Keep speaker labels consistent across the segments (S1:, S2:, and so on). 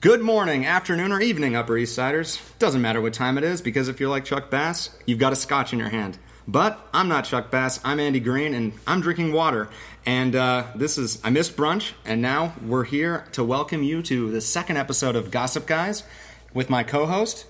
S1: Good morning, afternoon, or evening, Upper East Siders. Doesn't matter what time it is, because if you're like Chuck Bass, you've got a scotch in your hand. But I'm not Chuck Bass, I'm Andy Green, and I'm drinking water. And uh, this is, I missed brunch, and now we're here to welcome you to the second episode of Gossip Guys with my co host,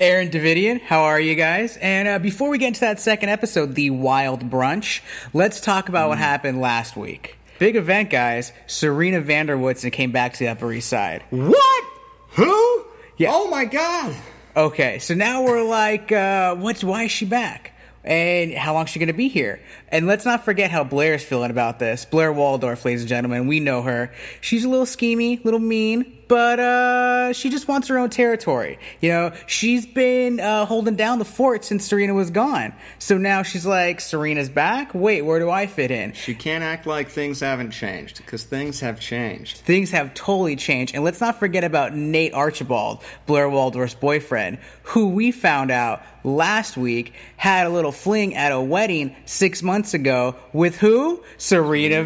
S2: Aaron Davidian, how are you guys? And uh, before we get into that second episode, the wild brunch, let's talk about what happened last week. Big event, guys. Serena Vanderwoodson came back to the Upper East Side.
S1: What? Who?
S2: Yeah.
S1: Oh my god.
S2: Okay, so now we're like, uh, what's why is she back? And how long's she going to be here? And let's not forget how Blair's feeling about this. Blair Waldorf, ladies and gentlemen, we know her. She's a little schemy, a little mean, but uh, she just wants her own territory. You know, she's been uh, holding down the fort since Serena was gone. So now she's like, Serena's back? Wait, where do I fit in?
S1: You can't act like things haven't changed, because things have changed.
S2: Things have totally changed. And let's not forget about Nate Archibald, Blair Waldorf's boyfriend, who we found out last week had a little fling at a wedding six months ago with who? Serena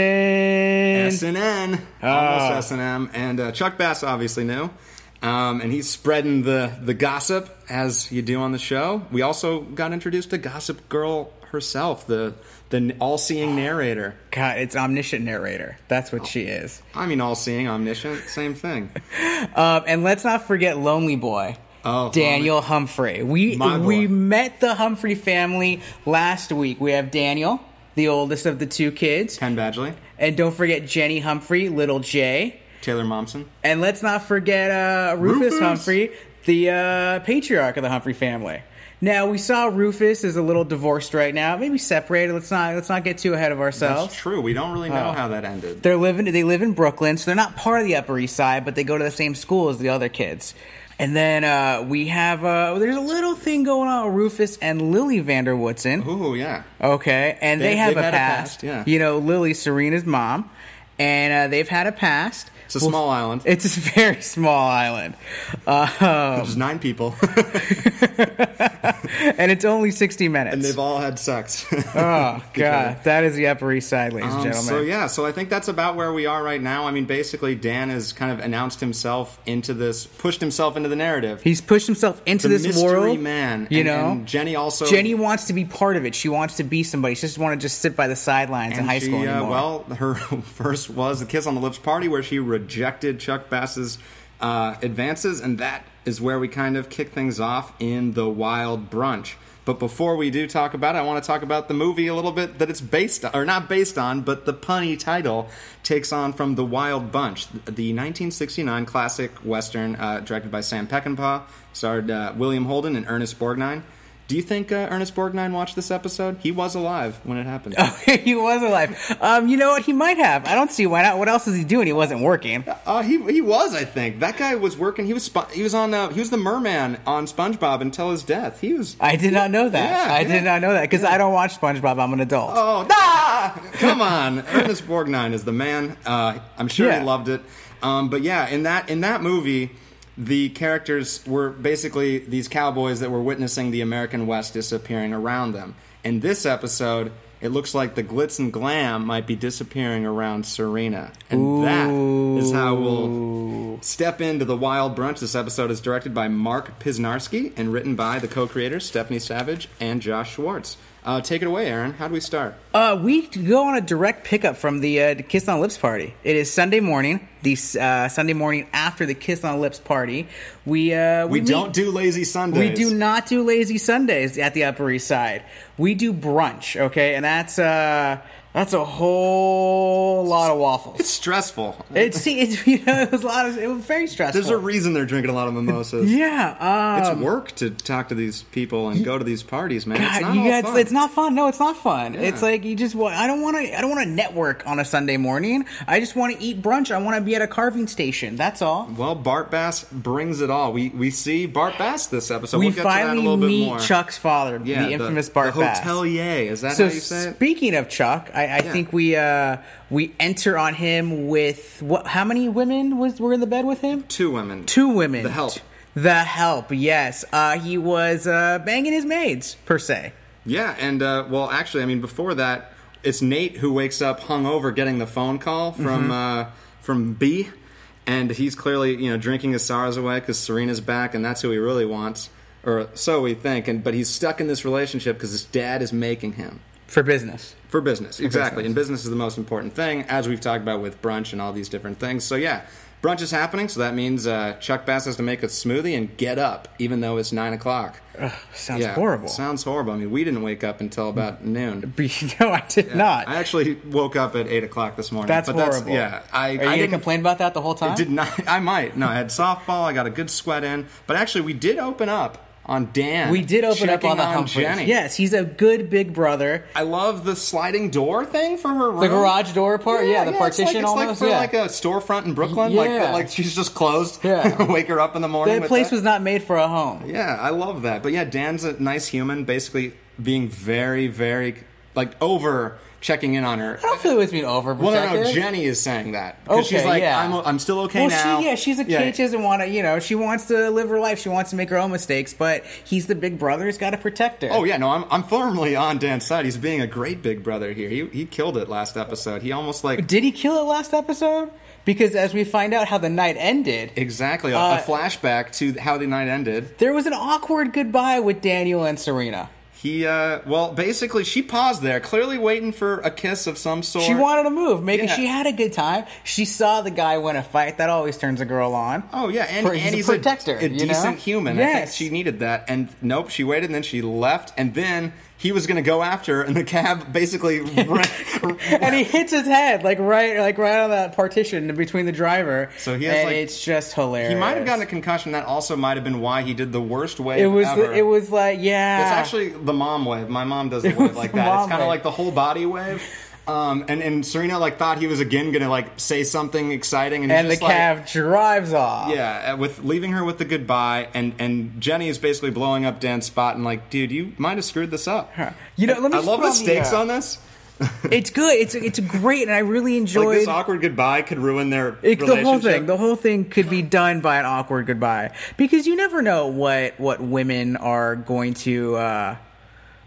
S2: Vanderwoodson.
S1: SNN,
S2: Ah.
S1: almost SNM, and uh, Chuck Bass obviously knew, um, and he's spreading the the gossip as you do on the show. We also got introduced to Gossip Girl herself, the the all seeing narrator.
S2: God, it's omniscient narrator. That's what she is.
S1: I mean, all seeing, omniscient, same thing.
S2: Um, and let's not forget Lonely Boy.
S1: Oh,
S2: Daniel Humphrey. We
S1: My boy.
S2: we met the Humphrey family last week. We have Daniel, the oldest of the two kids,
S1: Ken Badgley,
S2: and don't forget Jenny Humphrey, little Jay,
S1: Taylor Momsen.
S2: and let's not forget uh, Rufus,
S1: Rufus.
S2: Humphrey, the uh, patriarch of the Humphrey family. Now we saw Rufus is a little divorced right now, maybe separated. Let's not let's not get too ahead of ourselves.
S1: That's true. We don't really know
S2: Oh.
S1: how that ended.
S2: They're living. They live in Brooklyn, so they're not part of the Upper East Side, but they go to the same school as the other kids. And then uh, we have uh, there's a little thing going on with Rufus and Lily Vanderwoodson.
S1: Ooh, yeah.
S2: Okay, and they,
S1: They-
S2: have
S1: they've
S2: a
S1: had a
S2: past.
S1: past, yeah.
S2: You know, Lily Serena's mom, and uh, they've had a past.
S1: It's a small island.
S2: It's a very small island, uh,
S1: There's nine people,
S2: and it's only sixty minutes.
S1: and they've all had sex.
S2: oh god, that is the Upper East Side, ladies and
S1: Um,
S2: gentlemen.
S1: So yeah, so I think that's about where we are right now. I mean, basically, Dan has kind of announced himself into this, pushed himself into the narrative.
S2: He's pushed himself into
S1: the
S2: this
S1: mystery
S2: world,
S1: man.
S2: You
S1: And-
S2: know,
S1: and Jenny also.
S2: Jenny wants to be part of it. She wants to be somebody. She just want to just sit by the sidelines in
S1: and
S2: high
S1: she,
S2: school
S1: uh,
S2: anymore.
S1: well, her first was the kiss on the lips party, where she rejected Chuck Bass's uh, advances, and that is where we kind of kick things off in the wild brunch. But before we do talk about it, I want to talk about the movie a little bit that it's based on, or not based on, but the punny title takes on from The Wild Bunch, the 1969 classic western uh, directed by Sam Peckinpah, starred uh, William Holden and Ernest Borgnine. Do you think uh, Ernest Borgnine watched this episode? He was alive when it happened.
S2: he was alive. Um, you know what? He might have. I don't see why not. What else is he doing? He wasn't working.
S1: Uh, he he was, I think. That guy was working. He was Spo- he was on uh, he was the merman on SpongeBob until his death. He was.
S2: I did not know that.
S1: Yeah,
S2: I
S1: yeah.
S2: did not know that because I don't watch SpongeBob. I'm an adult.
S1: Oh, ah! come on! Ernest Borgnine is the man. Uh, I'm sure
S2: Yeah.
S1: he loved it. Um, but yeah, in that in that movie, the characters were basically these cowboys that were witnessing the American West disappearing around them. In this episode, it looks like the glitz and glam might be disappearing around Serena, and that is how we'll step into the wild brunch. This episode is directed by Mark Pisnarski and written by the co-creators Stephanie Savage and Josh Schwartz. Uh, take it away, Aaron. How do we start?
S2: Uh, we go on a direct pickup from the uh, Kiss on Lips party. It is Sunday morning. The uh, Sunday morning after the Kiss on Lips party, we uh,
S1: We
S2: meet-
S1: don't do lazy Sundays.
S2: We do not do lazy Sundays at the Upper East Side. We do brunch, okay, and that's uh that's a whole lot of waffles.
S1: It's stressful.
S2: It's, see, it's you know it was a lot of it was very stressful.
S1: There's a reason they're drinking a lot of mimosas.
S2: yeah, um,
S1: It's work to talk to these people and go to these parties, man. it's
S2: God,
S1: not
S2: you
S1: all
S2: guys,
S1: fun.
S2: it's not fun. No, it's not fun. It's like you just want. I don't want to. I don't want to network on a Sunday morning. I just want to eat brunch. I want to be at a carving station. That's all.
S1: Well, Bart Bass brings it all. We we see Bart Bass this episode.
S2: we
S1: we'll get to that a
S2: finally
S1: little bit
S2: meet
S1: more.
S2: Chuck's father,
S1: yeah,
S2: the infamous Bart
S1: the
S2: Bass.
S1: hotelier. Is that
S2: So
S1: how you say it?
S2: speaking of Chuck, I, I think we uh, we enter on him with what? How many women was were in the bed with him?
S1: Two women.
S2: Two women.
S1: The help.
S2: The help. Yes, uh, he was uh, banging his maids per se.
S1: Yeah, and uh, well, actually, I mean, before that, Mm-hmm. it's Nate who wakes up hungover, getting the phone call from uh, from B, and he's clearly you know drinking his sorrows away because Serena's back, and that's who he really wants, or so we think. And but he's stuck in this relationship because his dad is making him
S2: for business.
S1: for business. exactly, and business is the most important thing, as we've talked about with brunch and all these different things. So yeah, brunch is happening, so that means uh, Chuck Bass has to make a smoothie and get up, even though it's nine o'clock.
S2: Sounds horrible. Mm.
S1: Sounds horrible. I mean, we didn't wake up until about noon.
S2: no, I did not.
S1: I actually woke up at eight o'clock this morning.
S2: Uh, that's
S1: but
S2: horrible.
S1: yeah, I,
S2: Are you
S1: I
S2: gonna
S1: didn't
S2: complain about that the whole time?
S1: I did not. I might. No, I had softball. I got a good sweat in. But actually, we did open up on Dan.
S2: we did open up
S1: checking
S2: on the Humphreys.
S1: Jenny.
S2: Yes, he's a good big brother.
S1: I love the sliding door thing for her room.
S2: The garage door part, yeah,
S1: Oh. it's
S2: the
S1: like-
S2: partition almost,
S1: It's like for
S2: yeah.
S1: like a storefront in Brooklyn, like
S2: Yeah.
S1: that, like she's just closed.
S2: Yeah.
S1: wake her up in the morning.
S2: That
S1: with
S2: place
S1: that.
S2: was not made for a home.
S1: Yeah, I love that. But yeah, Dan's a nice human, basically being very, very like over checking in on her.
S2: I don't feel it's being overprotective.
S1: Well, no, no, Jenny is saying that because she's
S2: Okay,
S1: like,
S2: yeah.
S1: I'm, I'm still okay
S2: well,
S1: now.
S2: she yeah, she's a kid. She doesn't want to, you know, she wants to live her life. She wants to make her own mistakes, but he's the big brother. He's got to protect her.
S1: Oh yeah, no, I'm I'm firmly on Dan's side. He's being a great big brother here. He he killed it last episode. He almost like
S2: Did he kill it last episode? Because as we find out how the night ended,
S1: exactly a,
S2: Uh,
S1: a flashback to how the night ended.
S2: there was an awkward goodbye with Daniel and Serena.
S1: He uh well, basically she paused there, clearly waiting for a kiss of some sort.
S2: She wanted to move. Maybe
S1: Yeah.
S2: she had a good time. She saw the guy win a fight. That always turns a girl on.
S1: Oh yeah, and,
S2: For-
S1: and
S2: he's a
S1: he's
S2: protector,
S1: a,
S2: you know?
S1: decent human. I think
S2: Yes.
S1: she needed that, and nope, she waited, and then she left, and then he was going to go after her, and the cab basically ran,
S2: and he hits his head like right like right on that partition between the driver.
S1: So he has,
S2: and
S1: like-
S2: it's just hilarious.
S1: He might have gotten a concussion. That also might have been why he did the worst wave.
S2: it was
S1: ever.
S2: it was like yeah.
S1: It's actually the mom wave. My mom does the wave
S2: was
S1: like
S2: the
S1: that.
S2: mom
S1: It's kind of
S2: wave.
S1: like the whole body wave. Um, and, and Serena like thought he was again gonna like say something exciting, and, he's
S2: and the
S1: just like-
S2: calf drives off.
S1: yeah, uh, with leaving her with the goodbye, and and Jenny is basically blowing up Dan's spot and like, dude, you might have screwed this up.
S2: You know, let
S1: I
S2: me just
S1: love
S2: put
S1: the
S2: on the,
S1: stakes
S2: uh,
S1: on this.
S2: It's good. It's it's great, and I really enjoyed.
S1: Like this awkward goodbye could ruin their
S2: It- the
S1: relationship.
S2: whole thing, the whole thing could be done by an awkward goodbye because you never know what what women are going to, uh,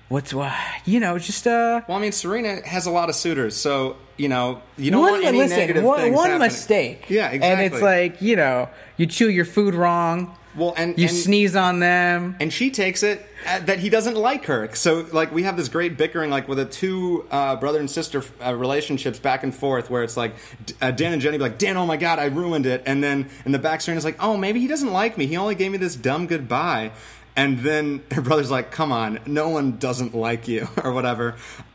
S2: what's what you know, just uh,
S1: well, I mean, Serena has a lot of suitors, so you know you don't
S2: one
S1: want any
S2: listen,
S1: negative
S2: one,
S1: things
S2: one
S1: happening.
S2: mistake,
S1: Yeah,
S2: and
S1: exactly.
S2: it's like you know, you chew your food wrong,
S1: well, and
S2: you
S1: and,
S2: sneeze on them,
S1: and she takes it at, that he doesn't like her. So like we have this great bickering, like with the two uh, brother and sister uh, relationships back and forth, where it's like D- uh, Dan and Jenny be like, Dan, oh my god, I ruined it, and then in the back screen is like, oh maybe he doesn't like me. He only gave me this dumb goodbye. And then her brother's like, "Come on, no one doesn't like you, or whatever."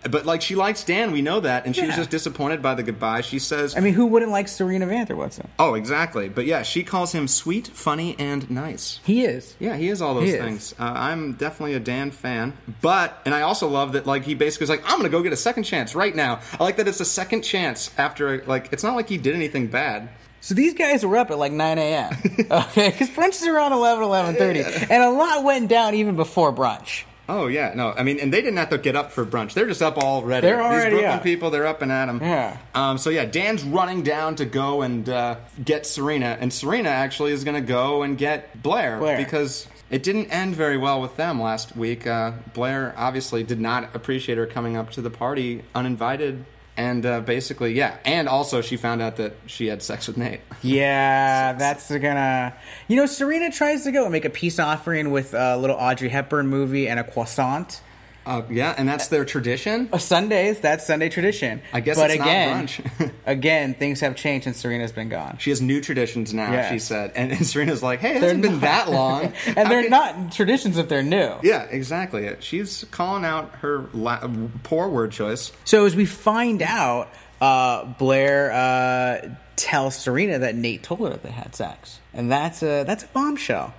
S1: But like, she likes Dan, we know that, and she was
S2: Yeah.
S1: just disappointed by the goodbye. She says,
S2: I mean, who wouldn't like Serena Vanderwatson?
S1: "Oh, exactly." But yeah, she calls him sweet, funny, and nice.
S2: He is.
S1: Yeah, he is all those
S2: He is.
S1: things. Uh, I'm definitely a Dan fan, but and I also love that like he basically was like, I'm gonna go get a second chance right now. I like that it's a second chance after like it's not like he did anything bad.
S2: So these guys were up at like 9 a.m. Okay, because brunch is around 11, 11.30. And a lot went down even before brunch.
S1: Oh yeah, no, I mean, and they didn't have to get up for brunch. They're just up already.
S2: They're already
S1: These Brooklyn
S2: up.
S1: people, they're up and at 'em.
S2: Yeah.
S1: Um. So yeah, Dan's running down to go and uh, get Serena, and Serena actually is gonna go and get Blair,
S2: Blair.
S1: because. It didn't end very well with them last week. Uh, Blair obviously did not appreciate her coming up to the party uninvited, and uh, basically, yeah. And also, she found out that she had sex with Nate.
S2: Yeah, that's gonna. You know, Serena tries to go and make a peace offering with a little Audrey Hepburn movie and a croissant.
S1: Uh, yeah, and that's their tradition.
S2: Uh, Sundays, that's Sunday tradition.
S1: I guess
S2: but
S1: it's not
S2: again,
S1: brunch.
S2: again, things have changed and Serena's been gone.
S1: She has new traditions now.
S2: Yeah.
S1: She said, and, and Serena's like, "Hey, it hasn't been that long,
S2: And
S1: How
S2: they're
S1: can-
S2: not traditions if they're new.
S1: Yeah, exactly. She's calling out her la- poor word choice.
S2: So as we find out, uh, Blair uh, tells Serena that Nate told her that they had sex, and that's a that's a bombshell.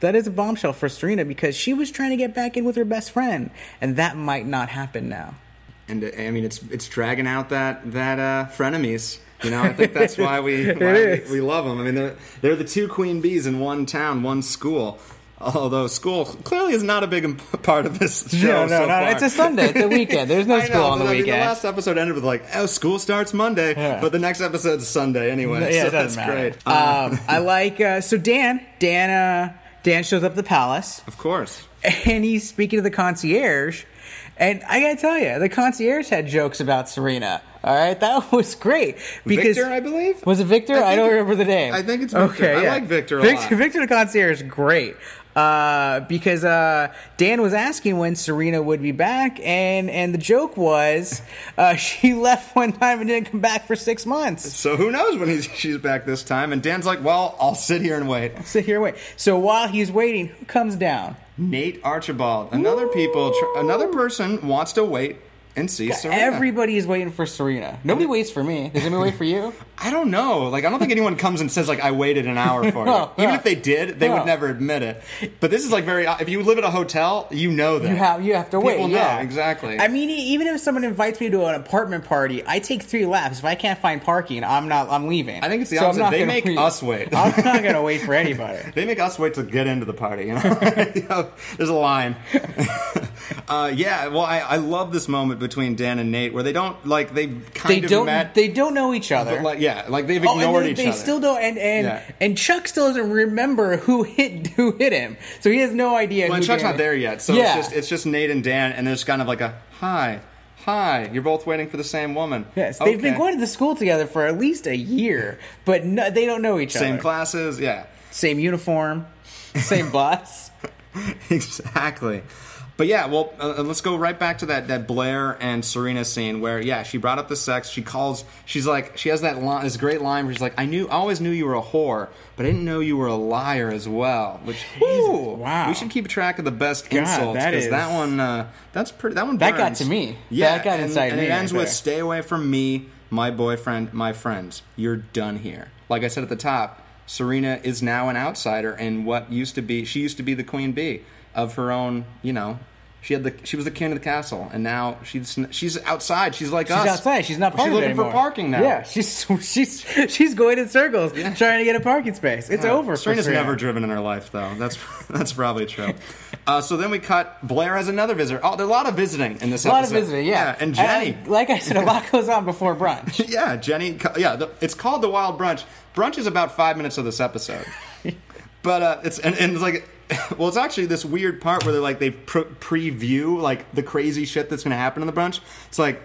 S2: That is a bombshell for Serena because she was trying to get back in with her best friend, and that might not happen now.
S1: And uh, I mean, it's it's dragging out that that uh, frenemies. You know, I think that's why we why
S2: is.
S1: we, we love them. I mean, they're they're the two queen bees in one town, one school. Although school clearly is not a big imp- part of this show.
S2: No, no,
S1: so
S2: no.
S1: far.
S2: It's a Sunday. It's a weekend. There's no
S1: I know,
S2: school
S1: but
S2: on the
S1: I mean,
S2: weekend.
S1: the last episode ended with like, "Oh, school starts Monday,"
S2: Yeah.
S1: but the next episode's Sunday anyway.
S2: yeah,
S1: so
S2: it doesn't
S1: that's
S2: matter.
S1: great.
S2: Um, I like uh, so Dan. Dan. Uh, Dan shows up at the palace.
S1: of course.
S2: and he's speaking to the concierge. And I gotta tell you, the concierge had jokes about Serena. All right, that was great because
S1: Victor, I believe.
S2: was it Victor?
S1: I
S2: I, don't
S1: think-
S2: remember the name.
S1: I think it's Victor. I like Victor a
S2: Victor,
S1: lot.
S2: Victor the concierge is great uh, because uh, Dan was asking when Serena would be back, and and the joke was uh, she left one time and didn't come back for six months.
S1: So who knows when he's, she's back this time? And Dan's like, well, I'll sit here and wait.
S2: Sit here, and wait. So while he's waiting, who comes down?
S1: Nate Archibald, another people, tr- another person wants to wait and see Serena.
S2: Everybody is waiting for Serena. Nobody waits for me. Does anybody wait for you?
S1: I don't know. Like, I don't think anyone comes and says like, "I waited an hour for you."
S2: No,
S1: Even
S2: no.
S1: if they did, they
S2: No.
S1: would never admit it. But this is like very. If you live at a hotel, you know that
S2: You have you have to wait.
S1: People know,
S2: yeah,
S1: exactly.
S2: I mean, e- even if someone invites me to an apartment party, I take three laps. If I can't find parking, I'm not. I'm leaving.
S1: I think it's the
S2: So I'm
S1: opposite.
S2: not
S1: They
S2: gonna
S1: make
S2: wait.
S1: us wait.
S2: I'm not gonna wait for anybody.
S1: They make us wait to get into the party. You know, You know, there's a line. uh, yeah, well, I, I love this moment between Dan and Nate where they don't like they kind
S2: They
S1: of
S2: don't.
S1: met.
S2: They don't know each other.
S1: but, like, yeah, like they've
S2: Oh,
S1: ignored
S2: and they,
S1: each
S2: they
S1: other.
S2: still don't, and and,
S1: Yeah.
S2: and Chuck still doesn't remember who hit who hit him, so he has no idea.
S1: Well,
S2: who
S1: and Chuck's
S2: did
S1: not
S2: it.
S1: there yet, so
S2: Yeah.
S1: it's just it's just Nate and Dan, and there's kind of like a hi, hi. You're both waiting for the same woman.
S2: Yes, they've been
S1: Okay.
S2: going to the school together for at least a year, but no, they don't know each other.
S1: same classes. Yeah,
S2: same uniform, same bus.
S1: exactly. But yeah, well, uh, uh, let's go right back to that that Blair and Serena scene where yeah, she brought up the sex. She calls. She's like she has that line, this great line where she's like, I knew I always knew you were a whore, but I didn't know you were a liar as well. Which
S2: Ooh, wow.
S1: we should keep track of the best insults
S2: that
S1: because
S2: is-
S1: that one uh, that's pretty that one
S2: That got
S1: burns.
S2: to me.
S1: Yeah,
S2: That got
S1: and-
S2: inside
S1: and
S2: me
S1: it ends
S2: right
S1: with
S2: there.
S1: stay away from me, my boyfriend, my friends. You're done here. Like I said at the top, Serena is now an outsider and what used to be she used to be the queen bee of her own, you know. She had the she was the king of the castle and now she's she's outside. She's like us.
S2: She's outside. She's not
S1: She's
S2: part of it
S1: looking for
S2: anymore.
S1: parking now.
S2: Yeah, she's she's she's going in circles trying to get a parking space. It's over. for
S1: Serena's
S2: Serena.
S1: Uh, never driven in her life, though. That's that's probably true. Uh, so then we cut. Blair has another visitor. Oh, there are a lot of visiting in this.
S2: A lot of
S1: episode.
S2: visiting. Yeah,
S1: and Jenny.
S2: I- like I said, a lot goes on before brunch.
S1: Yeah, Jenny. Yeah, the, it's called the Wild Brunch. Brunch is about five minutes of this episode, but uh, it's and, and it's like, well, it's actually this weird part where they're like they pre- preview like the crazy shit that's going to happen in the brunch. It's like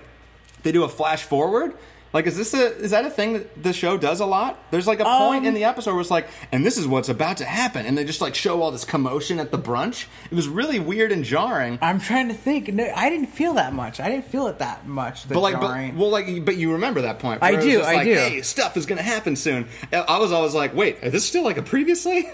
S1: they do a flash forward. Like, is this a is that a thing that the show does a lot? There's like a point in the episode where it's like, and this is what's about to happen, and they just like show all this commotion at the brunch. It was really weird and jarring.
S2: I'm trying to think. No, I didn't feel that much. I didn't feel it that much. The
S1: But like,
S2: jarring.
S1: but, well, like, but you remember that point? where
S2: I
S1: it was
S2: do,
S1: just
S2: I
S1: like,
S2: do.
S1: Hey, stuff is gonna happen soon. And I was always like, wait, is this still like a previously?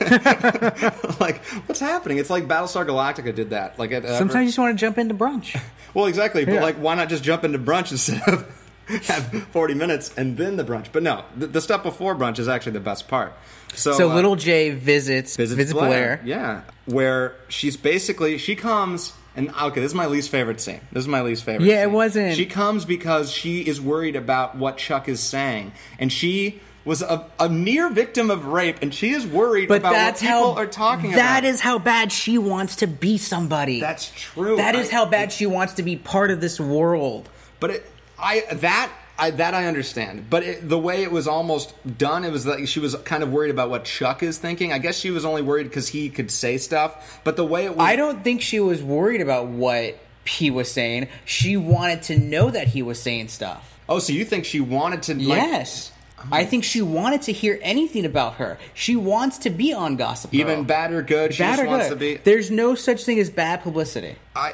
S1: like, what's happening? It's like Battlestar Galactica did that. Like, at, uh,
S2: sometimes you just want to jump into brunch.
S1: well, exactly. But
S2: Yeah.
S1: like, why not just jump into brunch instead of have forty minutes and then the brunch? But no, the, the stuff before brunch is actually the best part. So,
S2: So
S1: uh,
S2: little Jay visits
S1: visits
S2: visits, Blair.
S1: Yeah, where she's basically she comes and okay, this is my least favorite scene. This is my least favorite.
S2: Yeah, it
S1: scene.
S2: wasn't-
S1: She comes because she is worried about what Chuck is saying, and she was a, a near victim of rape, and she is worried
S2: But
S1: about
S2: that's
S1: what people
S2: how
S1: are talking about.
S2: That is how bad she wants to be somebody.
S1: that's true.
S2: That is
S1: I-
S2: how bad she wants to be part of this world.
S1: But it, I that I that I understand. But it, the way it was almost done, it was like she was kind of worried about what Chuck is thinking. I guess she was only worried because he could say stuff. But the way it was,
S2: I don't think she was worried about what he was saying. She wanted to know that he was saying stuff.
S1: Oh, so you think she wanted to? Like,
S2: yes. I think she wanted to hear anything about her. She wants to be on Gossip Girl.
S1: Even bad or good, she
S2: Bad
S1: just
S2: or
S1: wants
S2: good.
S1: to be.
S2: There's no such thing as bad publicity.
S1: I,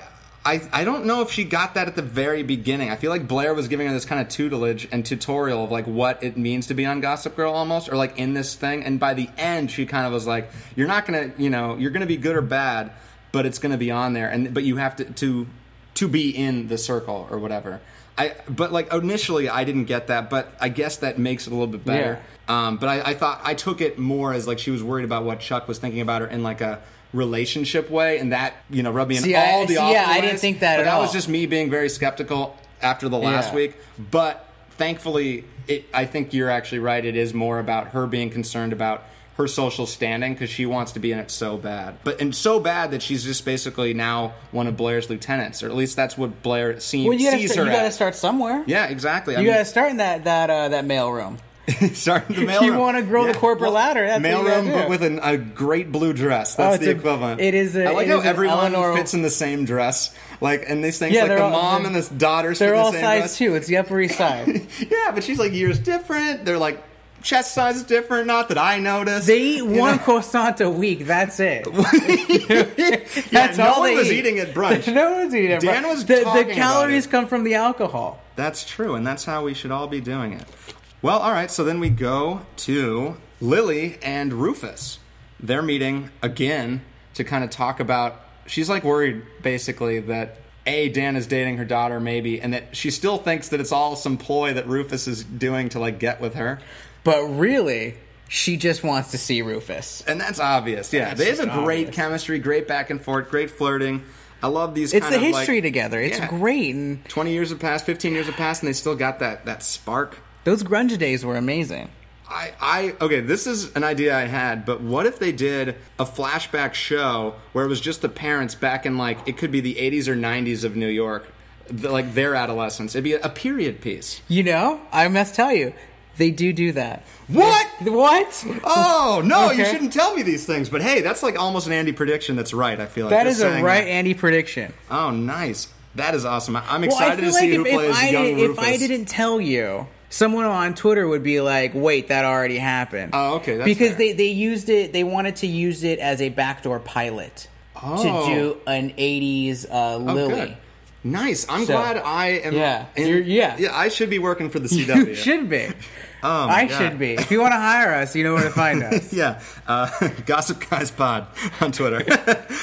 S1: I, I don't know if she got that at the very beginning. I feel like Blair was giving her this kind of tutelage and tutorial of like what it means to be on Gossip Girl almost, or like in this thing. And by the end, she kind of was like, "You're not gonna, you know, you're gonna be good or bad, but it's gonna be on there, and but you have to to to be in the circle or whatever." I, but like initially, I didn't get that, but I guess that makes it a little bit better.
S2: Yeah.
S1: Um, but I, I thought I took it more as like she was worried about what Chuck was thinking about her in like a relationship way, and that you know rubbed me in
S2: See, I-
S1: all the
S2: see,
S1: awful
S2: yeah, I didn't
S1: ways.
S2: think that
S1: But
S2: at
S1: that
S2: all.
S1: was just me being very skeptical after the last
S2: Yeah.
S1: week. But thankfully, it, I think you're actually right. It is more about her being concerned about her social standing because she wants to be in it so bad, but and so bad that she's just basically now one of Blair's lieutenants, or at least that's what Blair seems
S2: Well, you gotta,
S1: sees
S2: start,
S1: her
S2: you gotta
S1: at.
S2: start somewhere.
S1: Yeah, exactly. I
S2: You
S1: mean-
S2: gotta start in that that uh, that mail room.
S1: Starting the mailroom.
S2: You wanna grow the corporate ladder, that's what you gotta
S1: mailroom, but
S2: do. Oh,
S1: with an, a great blue dress. That's
S2: it's
S1: the
S2: a-
S1: equivalent.
S2: it is a-
S1: I like
S2: it
S1: how
S2: is an
S1: everyone
S2: Eleanor-
S1: fits in the same dress. Like, and these things,
S2: Yeah,
S1: like the
S2: they're all-
S1: mom
S2: they're-
S1: and the daughters. fit
S2: They're
S1: in the
S2: all
S1: same
S2: size
S1: dress.
S2: two. It's the Upper East Side.
S1: Yeah, but she's like years different. They're like chest size is different. Not that I noticed.
S2: They eat
S1: You
S2: one
S1: know?
S2: croissant a week. That's it.
S1: Yeah,
S2: That's
S1: no
S2: all
S1: one
S2: they
S1: was
S2: eat.
S1: eating at brunch.
S2: no one's eating it.
S1: Dan
S2: bro.
S1: was
S2: the,
S1: talking
S2: the
S1: about
S2: calories
S1: it.
S2: come from the alcohol.
S1: That's true, and that's how we should all be doing it. Well, all right, so then we go to Lily and Rufus. They're meeting again to kind of talk about. She's like worried, basically, that A, Dan is dating her daughter, maybe, and that she still thinks that it's all some ploy that Rufus is doing to like get with her.
S2: But really, she just wants to see Rufus.
S1: And that's obvious, yeah.
S2: That's
S1: There's a
S2: just
S1: great
S2: obvious.
S1: chemistry, great back and forth, great flirting. I love these.
S2: It's
S1: kind
S2: the
S1: of, like-
S2: history together. It's
S1: Yeah.
S2: great. And
S1: 20 years have passed, 15 years have passed, and they still got that, that spark.
S2: those grunge days were amazing.
S1: I, I, okay, this is an idea I had, but what if they did a flashback show where it was just the parents back in like, it could be the 80s or 90s of New York, the, like their adolescence? It'd be a, a period piece.
S2: You know, I must tell you, they do do that.
S1: What?
S2: What?
S1: Oh, no, you
S2: Okay.
S1: shouldn't tell me these things, but hey, that's like almost an Andy prediction that's right, I feel like.
S2: That
S1: just
S2: is a
S1: saying
S2: right
S1: that.
S2: Andy prediction.
S1: Oh, nice. That is awesome. I- I'm
S2: Well, I
S1: excited to
S2: feel
S1: see
S2: like
S1: who
S2: if,
S1: plays
S2: if, I,
S1: young
S2: did,
S1: Rufus.
S2: if I didn't tell you, someone on Twitter would be like, "Wait, that already happened."
S1: Oh, okay, that's
S2: because
S1: fair.
S2: they they used it. They wanted to use it as a backdoor pilot
S1: Oh.
S2: to do an '80s uh,
S1: Oh,
S2: Lily.
S1: good. Nice. I'm
S2: So-
S1: glad I am.
S2: Yeah.
S1: in-
S2: You're- yeah.
S1: Yeah. I should be working for the
S2: You
S1: CW.
S2: should be.
S1: Oh, my
S2: I
S1: God.
S2: should be. If you want to hire us, you know where to find us.
S1: Yeah. Uh, Gossip Guys Pod on Twitter.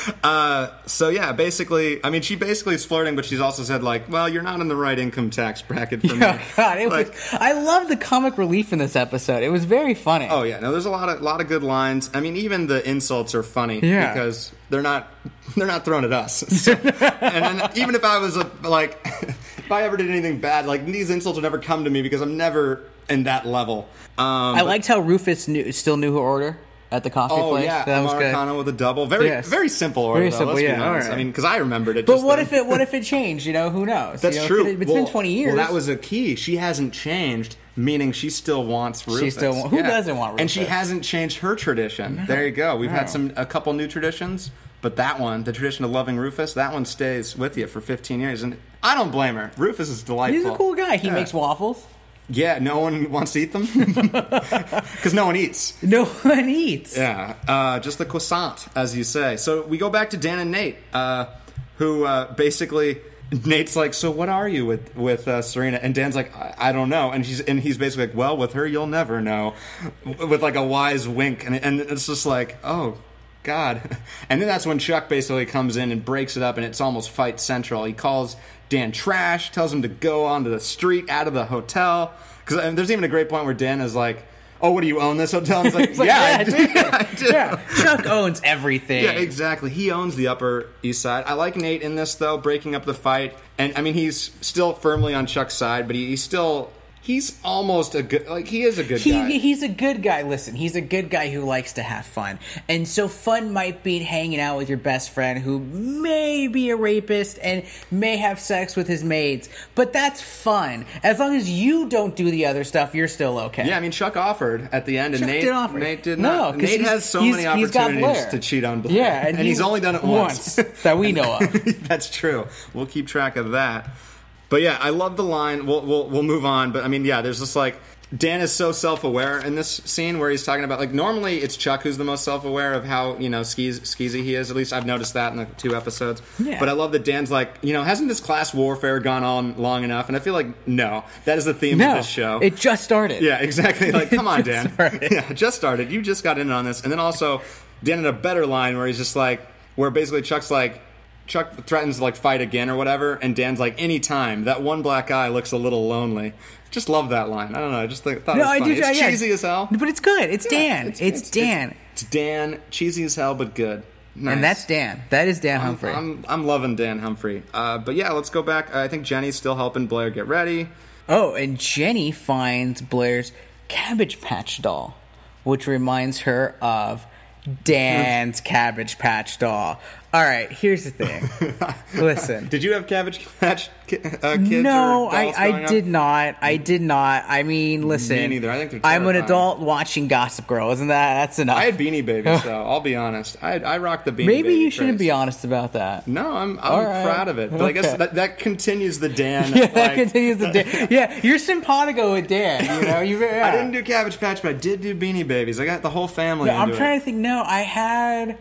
S1: uh, so yeah, basically, I mean, she basically is flirting, but she's also said like, "Well, you're not in the right income tax bracket for
S2: Oh
S1: me."
S2: God! It
S1: Like-
S2: was, I love the comic relief in this episode. It was very funny.
S1: Oh yeah, no. There's a lot of lot of good lines. I mean, even the insults are funny
S2: Yeah.
S1: because they're not they're not thrown at us. So- and then even if I was a, like, if I ever did anything bad, like these insults would never come to me because I'm never in that level. Um,
S2: I liked how Rufus knew, still knew her order at the coffee
S1: Oh
S2: place.
S1: yeah,
S2: that was good.
S1: Americano with a double. Very
S2: Yes.
S1: very simple order.
S2: Very
S1: though,
S2: simple,
S1: let's be
S2: yeah,
S1: honest.
S2: alright.
S1: I mean, because I remembered it.
S2: But
S1: just
S2: what
S1: then.
S2: if it what if it changed? You know, who knows?
S1: That's
S2: You know,
S1: true.
S2: It, has
S1: Well-
S2: been twenty years.
S1: Well, that was a key. She hasn't changed, meaning she still wants Rufus.
S2: still wa- who doesn't want
S1: And she
S2: Rufus?
S1: hasn't changed her tradition. There you go. We've had
S2: no.
S1: some a couple new traditions, but that one, the tradition of loving Rufus, that one stays with you for 15 years. And I don't blame her. Rufus is delightful.
S2: He's a cool guy. He
S1: Yeah.
S2: makes waffles.
S1: Yeah, no one wants to eat them because no one eats.
S2: No one eats.
S1: Yeah, uh, just the croissant, as you say. So we go back to Dan and Nate, uh, who uh, basically Nate's like, "So what are you with with uh, Serena?" And Dan's like, I-, "I don't know." And she's and he's basically like, "Well, with her, you'll never know," w- with like a wise wink, and and it's just like, oh. God. And then that's when Chuck basically comes in and breaks it up, and it's almost fight central. He calls Dan trash, tells him to go onto the street out of the hotel. Because there's even a great point where Dan is like, Oh, what do you own this hotel? And he's like,
S2: It's like,
S1: yeah, I
S2: yeah,
S1: do.
S2: I do."
S1: I do.
S2: Yeah. Chuck owns everything.
S1: Yeah, exactly. He owns the Upper East Side. I like Nate in this though, breaking up the fight, and I mean he's still firmly on Chuck's side, but he, he's still he's almost a good like he is a good guy.
S2: He, he's a good guy. Listen, he's a good guy who likes to have fun. And so fun might be hanging out with your best friend who may be a rapist and may have sex with his maids. But that's fun. As long as you don't do the other stuff, you're still okay.
S1: yeah, I mean Chuck offered at the end, and
S2: Chuck
S1: Nate
S2: did offer.
S1: Nate did
S2: No,
S1: not.
S2: 'cause
S1: Nate
S2: he's-
S1: has so
S2: he's-
S1: many
S2: he's got
S1: opportunities
S2: Blair.
S1: to cheat on Blair.
S2: Yeah, and
S1: and
S2: he-
S1: he's only done it once.
S2: once, that we know of.
S1: That's true. We'll keep track of that. But yeah, I love the line. We'll we'll, we'll move on. But I mean, yeah, there's just like. Dan is so self-aware in this scene where he's talking about like normally it's Chuck who's the most self-aware of how you know skis, skeezy he is. At least I've noticed that in the two episodes.
S2: Yeah.
S1: But I love that Dan's like you know hasn't this class warfare gone on long enough? And I feel like no, that is the theme of
S2: No,
S1: this show.
S2: it just started.
S1: Yeah, exactly. Like, come on,
S2: Just
S1: Dan.
S2: started.
S1: Yeah, just started. You just got in on this, and then also Dan had a better line where he's just like, where basically Chuck's like, Chuck threatens to like fight again or whatever, and Dan's like, anytime. That one black guy looks a little lonely. Just love that line. I don't know. I just think, thought it was funny.
S2: yeah,
S1: it's
S2: yeah.
S1: cheesy as hell.
S2: But it's good. It's Dan. It's,
S1: It's-
S2: Dan.
S1: It's, Dan. Cheesy as hell, but good. Nice.
S2: and that's Dan. That is Dan Humphrey.
S1: I'm, I'm loving Dan Humphrey. Uh, but yeah, let's go back. I think Jenny's still helping Blair get ready.
S2: oh, and Jenny finds Blair's Cabbage Patch doll, which reminds her of Dan's Cabbage Patch doll. All right, here's the thing. Listen.
S1: Did you have Cabbage Patch ki- uh, Kids? or
S2: No,
S1: dolls
S2: I,
S1: growing
S2: I
S1: up?
S2: did not. I did not. I mean, listen.
S1: neither. I think they're
S2: I'm an
S1: terrifying.
S2: adult watching Gossip Girl. Isn't that that's enough?
S1: I had Beanie Babies, though. I'll be honest. I I rocked the Beanie.
S2: Maybe
S1: Baby
S2: you shouldn't
S1: craze.
S2: be honest about that.
S1: No, I'm
S2: All
S1: I'm
S2: right.
S1: proud of it. But I guess
S2: Okay.
S1: that, that continues the Dan.
S2: Yeah,
S1: like,
S2: that continues to Dan. Yeah, you're simpatico with Dan. You know, you. Yeah.
S1: I didn't do Cabbage Patch, but I did do Beanie Babies. I got the whole family.
S2: I'm
S1: into it.
S2: trying to think. No, I had.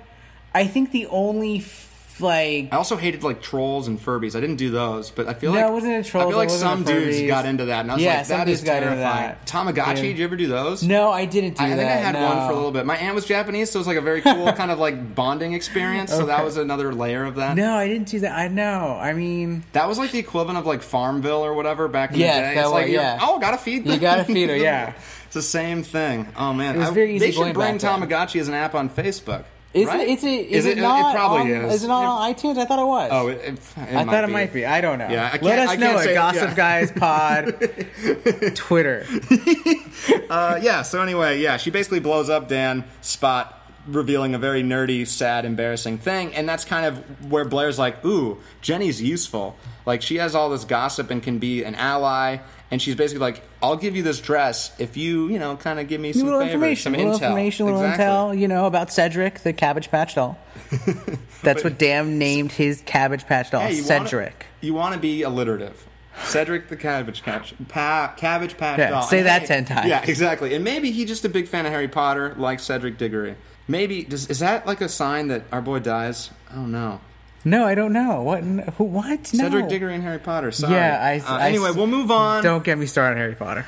S2: I think the only f- like
S1: I also hated like trolls and Furbies. I didn't do those, but I feel
S2: No,
S1: like
S2: it wasn't a
S1: I
S2: Trolls,
S1: feel
S2: it
S1: like
S2: wasn't a
S1: some dudes
S2: Furbies.
S1: got into that, and I was
S2: Yeah,
S1: like,
S2: some
S1: that
S2: dudes
S1: is
S2: got into
S1: terrifying.
S2: that.
S1: Tamagotchi?
S2: Yeah.
S1: Did you ever do those?
S2: no, I didn't do
S1: I I
S2: that.
S1: think I had one for a
S2: no.
S1: little bit. My aunt was Japanese, so it was like a very cool kind of like bonding experience. So that
S2: Okay.
S1: was another layer of that.
S2: No, I didn't do that. I know. I mean,
S1: That was like the equivalent of like Farmville or whatever back in
S2: Yes,
S1: the day.
S2: that
S1: It's like
S2: was-
S1: you're-
S2: yeah.
S1: oh, gotta feed.
S2: You
S1: Them.
S2: gotta feed her, yeah.
S1: it's the same thing. Oh man,
S2: was
S1: I-
S2: very easy
S1: they should
S2: going
S1: bring
S2: back then.
S1: Tamagotchi as an app on Facebook.
S2: is
S1: right?
S2: it? It's a, is, it, not?
S1: It probably
S2: on-
S1: is.
S2: Is it not on iTunes? I thought it was.
S1: Oh, it, it,
S2: I thought it might be. I don't know.
S1: Yeah, I can't-
S2: Let us
S1: I can't
S2: know
S1: say-
S2: at Gossip
S1: yeah.
S2: Guys Pod Twitter.
S1: Uh, yeah. So anyway, yeah, she basically blows up Dan spot. Revealing a very nerdy, sad, embarrassing thing, and that's kind of where Blair's like, "Ooh, Jenny's useful. Like she has all this gossip and can be an ally." And she's basically like, "I'll give you this dress if you, you know, kind of give me some
S2: little
S1: favors,
S2: information,
S1: some
S2: little
S1: intel,
S2: information, little
S1: Exactly.
S2: intel. You know about Cedric, the Cabbage Patch doll. That's what Dan named his Cabbage Patch doll,
S1: Hey, you
S2: Cedric.
S1: Wanna, you want to be alliterative. Cedric the Cabbage Patch. Pa, cabbage Patch
S2: Yeah,
S1: doll.
S2: say
S1: And
S2: that 10 times.
S1: Yeah, exactly. And maybe he's just a big fan of Harry Potter, like Cedric Diggory. Maybe does, is that like a sign that our boy dies? I don't know.
S2: No, I don't know. What? n- Who? What? No.
S1: Cedric Diggory and Harry Potter. Sorry.
S2: Yeah, I-
S1: Uh,
S2: I-
S1: anyway, we'll move on.
S2: Don't get me started on Harry Potter.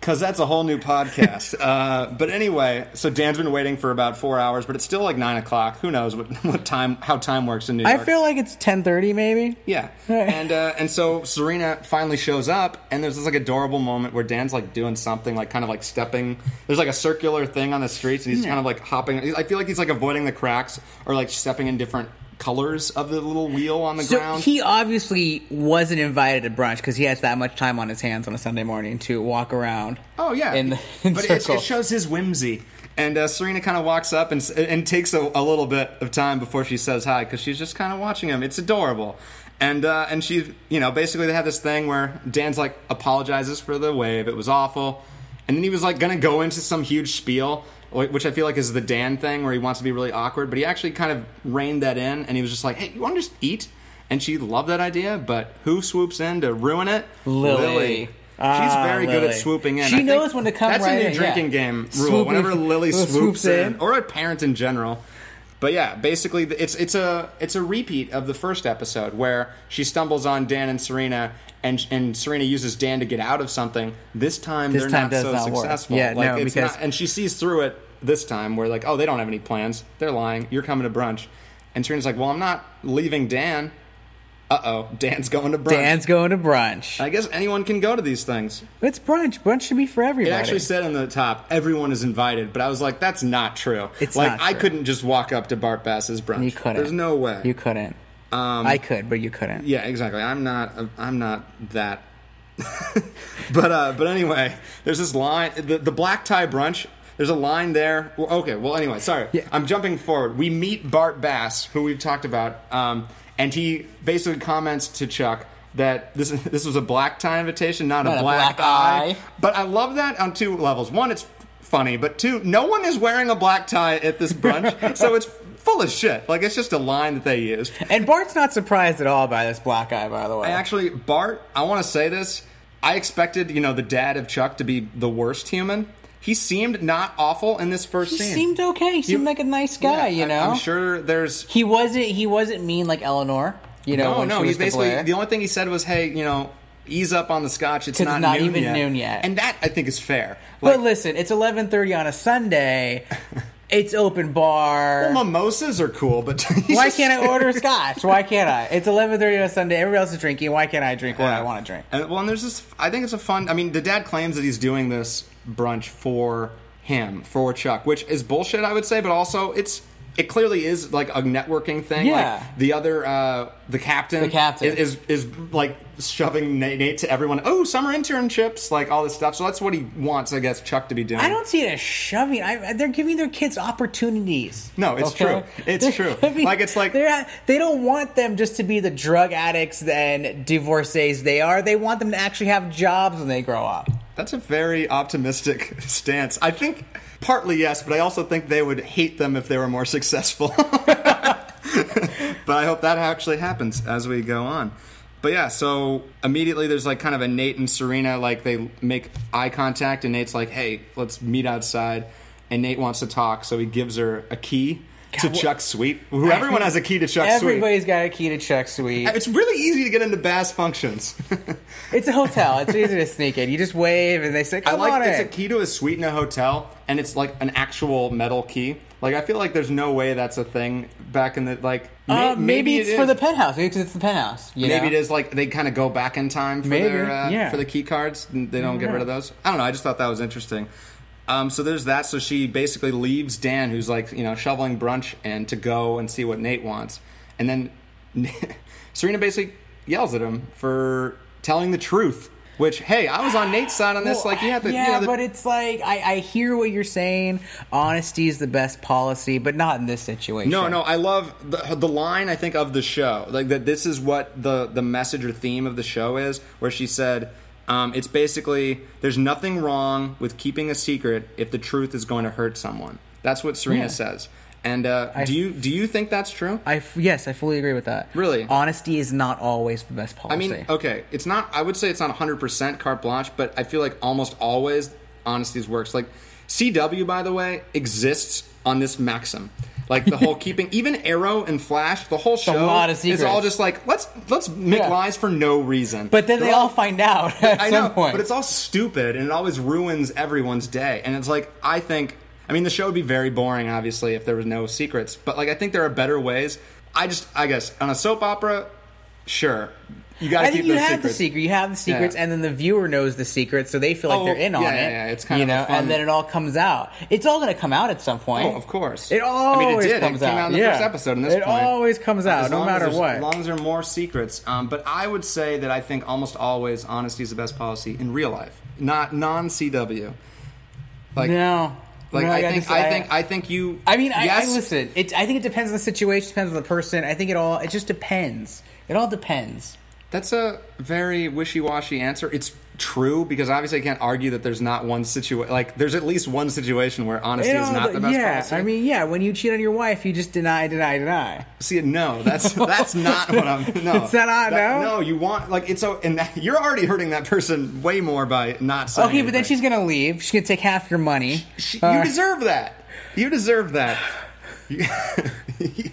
S1: Because that's a whole new podcast. uh, but anyway, so Dan's been waiting for about four hours, but it's still like nine o'clock. Who knows what, what time, how time works in New
S2: I
S1: York?
S2: feel like it's ten thirty, maybe.
S1: Yeah,
S2: Right.
S1: and uh, and so Serena finally shows up, and there's this like adorable moment where Dan's like doing something, like kind of like stepping. There's like a circular thing on the streets, and he's kind of like hopping. I feel like he's like avoiding the cracks or like stepping in different colors of the little wheel on the
S2: So
S1: ground.
S2: he obviously wasn't invited to brunch because he has that much time on his hands on a Sunday morning to walk around.
S1: oh yeah,
S2: in, the, in
S1: but it,
S2: circles.
S1: it shows his whimsy. And uh, Serena kind of walks up and s- and takes a, a little bit of time before she says hi because she's just kind of watching him. It's adorable. And uh, and she, you know, basically they have this thing where Dan's like apologizes for the wave. It was awful. And then he was like going to go into some huge spiel, wh- which I feel like is the Dan thing where he wants to be really awkward. But he actually kind of reined that in, and he was just like, "Hey, you want to just eat?" And she loved that idea, but who swoops in to ruin it?
S2: Lily.
S1: She's
S2: Ah,
S1: very good at
S2: Lily.
S1: swooping in.
S2: She knows when to come
S1: That's
S2: right
S1: a new
S2: in, yeah.
S1: drinking game rule.
S2: Swooping-
S1: Whenever Lily
S2: Lily
S1: swoops,
S2: swoops
S1: in,
S2: in.
S1: or a parent in general. But yeah, basically, th- it's it's a it's a repeat of the first episode where she stumbles on Dan and Serena, and and Serena uses Dan to get out of something. This time
S2: This
S1: they're
S2: time
S1: not
S2: does
S1: so
S2: not work.
S1: successful.
S2: Yeah,
S1: like,
S2: no,
S1: it's
S2: because-
S1: not, and she sees through it this time. Where like, oh, they don't have any plans. They're lying. You're coming to brunch, and Serena's like, well, I'm not leaving Dan. Uh oh, Dan's going to brunch.
S2: Dan's going to brunch.
S1: I guess anyone can go to these things.
S2: it's brunch. Brunch should be for everybody.
S1: It actually said on the top, everyone is invited, but I was like, that's not true.
S2: It's
S1: like
S2: not
S1: I
S2: true.
S1: couldn't just walk up to Bart Bass's brunch.
S2: you couldn't.
S1: There's no way.
S2: You couldn't.
S1: Um,
S2: I could, but you couldn't.
S1: yeah, exactly. I'm not. I'm not that. but uh, but anyway, there's this line. The, the black tie brunch. There's a line there. Well, okay. Well, anyway, sorry. I'm jumping forward. We meet Bart Bass, who we've talked about, um, and he basically comments to Chuck that this this was a black tie invitation, not,
S2: Not
S1: a
S2: a
S1: black,
S2: black
S1: eye.
S2: eye.
S1: But I love that on two levels. One, it's funny, but two, no one is wearing a black tie at this brunch, so it's full of shit. Like it's just a line that they used.
S2: And Bart's not surprised at all by this black eye, by the way.
S1: I actually, Bart, I want to say this. I expected, you know, the dad of Chuck to be the worst human. He seemed not awful in this first
S2: he
S1: scene.
S2: seemed okay. He seemed like a nice
S1: Yeah,
S2: guy, you know.
S1: I, am sure there's.
S2: He wasn't. He wasn't mean like Eleanor. You know.
S1: No,
S2: when
S1: no,
S2: she
S1: he's
S2: was to
S1: basically.
S2: Blair.
S1: The only thing he said was, hey, you know, ease up on the scotch. It's
S2: 'Cause
S1: not,
S2: it's not
S1: noon
S2: even noon yet.
S1: And that, I think, is fair. Like,
S2: But listen, it's eleven thirty on a Sunday. it's open bar.
S1: mimosas are cool, but.
S2: Why can't I order scotch? Why can't I? It's eleven thirty on a Sunday. Everybody else is drinking. Why can't I drink what I want to drink?
S1: And, well, and there's this. I think it's a fun. I mean, the dad claims that he's doing this brunch for him, for Chuck, which is bullshit, I would say. But also, it's it clearly is like a networking thing.
S2: Yeah.
S1: Like the other, uh, the captain,
S2: The captain.
S1: is, is is like shoving Na- Nate to everyone. Oh, summer internships, like all this stuff. So that's what he wants, I guess, Chuck to be doing.
S2: I don't see it as shoving. I, they're giving their kids opportunities.
S1: No, it's true. It's
S2: They're
S1: true.
S2: giving-
S1: Like, it's like-
S2: they're not- they don't want them just to be the drug addicts and divorcees they are. They want them to actually have jobs when they grow up.
S1: That's a very optimistic stance. I think partly yes, but I also think they would hate them if they were more successful. but I hope that actually happens as we go on. But yeah, so immediately there's like kind of a Nate and Serena like they make eye contact and Nate's like, "Hey, let's meet outside." And Nate wants to talk, so he gives her a key to
S2: God, wh-
S1: Chuck's suite. Who- Everyone has a key to Chuck's suite.
S2: Everybody's got a key to Chuck's suite.
S1: It's really easy to get into Bass functions.
S2: It's a hotel. It's easy to sneak in. You just wave and they say,
S1: I
S2: "Come
S1: like
S2: on
S1: it's
S2: in."
S1: a key to a suite in a hotel, and it's like an actual metal key. Like I feel like there's no way that's a thing back in the like. may-
S2: Uh, maybe, it's
S1: it
S2: for
S1: is.
S2: the penthouse. Maybe it's- it's the penthouse. you
S1: Maybe it
S2: know?
S1: is like they kind of go back in time for
S2: Maybe,
S1: their uh,
S2: yeah.
S1: for the key cards. and They don't get rid of those. I don't know. I just thought that was interesting. Um, so there's that. So she basically leaves Dan, who's like you know shoveling brunch and to go and see what Nate wants, and then Serena basically yells at him for telling the truth. Which hey, I was on Nate's side on this.
S2: Well,
S1: like you have to,
S2: yeah,
S1: you know, the-
S2: but it's like I, I hear what you're saying. Honesty is the best policy, but not in this situation.
S1: No, no, I love the, the line I think of the show. Like that this is what the the message or theme of the show is where she said um, it's basically there's nothing wrong with keeping a secret if the truth is going to hurt someone. That's what Serena
S2: Yeah.
S1: says. And uh, do you do you think that's true?
S2: I f- yes, I fully agree with that.
S1: Really?
S2: honesty is not always the best policy.
S1: I mean, uh, okay, it's not. I would say it's not 100% carte blanche, but I feel like almost always honesty works. Like CW, by the way, exists on this maxim. Like the whole keeping, even Arrow and Flash, the whole show
S2: lot of
S1: is
S2: secrets.
S1: all just like let's let's make
S2: Yeah.
S1: lies for no reason.
S2: but then they
S1: They're
S2: all find out at
S1: I
S2: some
S1: know,
S2: point.
S1: but it's all stupid and it always ruins everyone's day. And it's like I think, I mean, the show would be very boring, obviously, if there was no secrets. But like, I think there are better ways. I just, I guess, on a soap opera, sure, you got
S2: I
S1: to
S2: think
S1: keep
S2: you
S1: those
S2: have the
S1: secrets.
S2: secret. You have the secrets,
S1: Yeah.
S2: and then the viewer knows the secret, so they feel like
S1: Oh,
S2: they're in on
S1: yeah,
S2: it.
S1: yeah, yeah. It's kind
S2: you
S1: of a
S2: know,
S1: fun-
S2: and then it all comes out. It's all going to come out at some point.
S1: Oh, of course.
S2: It
S1: I mean, it
S2: always
S1: did.
S2: comes
S1: it came
S2: out.
S1: out in the
S2: Yeah.
S1: first episode. And this
S2: It
S1: point,
S2: always comes out,
S1: As
S2: no
S1: long as
S2: matter
S1: there's-
S2: what.
S1: As long as there are more secrets, um, but I would say that I think almost always honesty is the best policy in real life, not non CW. Like,
S2: no,
S1: like
S2: No,
S1: I,
S2: gotta
S1: think,
S2: say-
S1: I think, I think you.
S2: I mean, I,
S1: yes,
S2: I listen. It, I think it depends on the situation, depends on the person. I think it all. It just depends. It all depends.
S1: That's a very wishy-washy answer. It's true because obviously I can't argue that there's not one situation. Like there's at least one situation where honesty
S2: It
S1: is
S2: all
S1: not
S2: de-
S1: the best
S2: yeah,
S1: policy.
S2: I mean, yeah. When you cheat on your wife, you just deny, deny, deny.
S1: See, no, that's that's not what I'm. No,
S2: It's not on,
S1: That-
S2: no?
S1: No, you want like it's so, and that, you're already hurting that person way more by not saying.
S2: Okay, but then
S1: anything.
S2: she's gonna leave. She's gonna take half your money.
S1: She,
S2: Uh,
S1: you deserve that. You deserve that. You-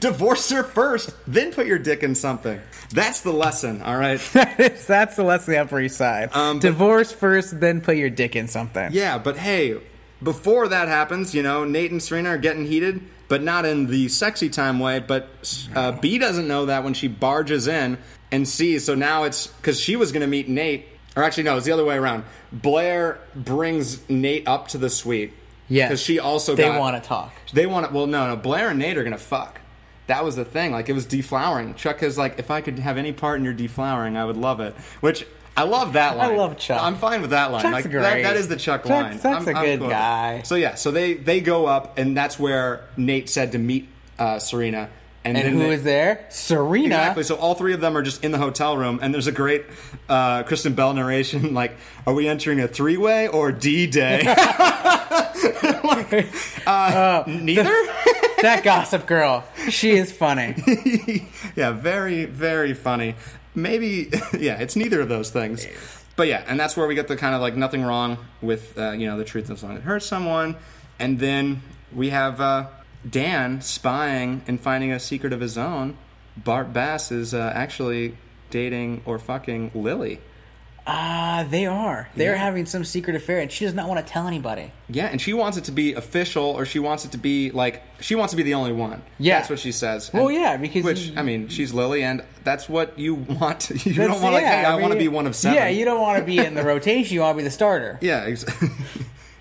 S1: Divorce her first, then put your dick in something. That's the lesson. All right.
S2: that's the lesson of the Upper East Side.
S1: Um, but-
S2: Divorce first, then put your dick in something.
S1: Yeah, but hey, before that happens, you know, Nate and Serena are getting heated, but not in the sexy time way. But uh, B doesn't know that when she barges in and sees. So now it's because she was going to meet Nate, or actually, no, it's the other way around. Blair brings Nate up to the suite.
S2: Yes.
S1: because she also
S2: They
S1: got-
S2: wanna talk.
S1: They want to. Well, no, no. Blair and Nate are going to fuck. That was the thing. Like it was deflowering. Chuck is like, if I could have any part in your deflowering, I would love it. Which. I love that line.
S2: love Chuck.
S1: I'm fine with that line.
S2: Chuck's
S1: like that-
S2: great.
S1: that is the Chuck
S2: Chuck's-
S1: line.
S2: Chuck's
S1: I'm-
S2: a
S1: I'm
S2: good
S1: cool with it.
S2: guy.
S1: So yeah, so they they go up, and that's where Nate said to meet uh, Serena.
S2: And
S1: then
S2: who is
S1: they-
S2: there? Serena.
S1: Exactly. So all three of them are just in the hotel room, and there's a great uh, Kristen Bell narration. Like, are we entering a three way or D day? uh,
S2: Uh,
S1: neither.
S2: that Gossip Girl. She is funny.
S1: yeah, very, very funny. Maybe, yeah, it's neither of those things. But yeah, and that's where we get the kind of like nothing wrong with, uh, you know, the truth as long as it hurts someone. And then we have uh, Dan spying and finding a secret of his own. Bart Bass is uh, actually dating or fucking Lily.
S2: Ah, they are. They are having some secret affair, and she does not want to tell anybody.
S1: Yeah, and she wants it to be official, or she wants it to be like she wants to be the only one.
S2: Yeah.
S1: that's what she says.
S2: Well,
S1: And-
S2: yeah, because
S1: which
S2: you-
S1: I mean, she's Lily, and that's what you want. You don't
S2: That's-
S1: want like,
S2: yeah,
S1: hey, I, want to
S2: mean,
S1: be one of seven.
S2: Yeah, you don't want to be in the rotation. You want to be the starter.
S1: Yeah, ex-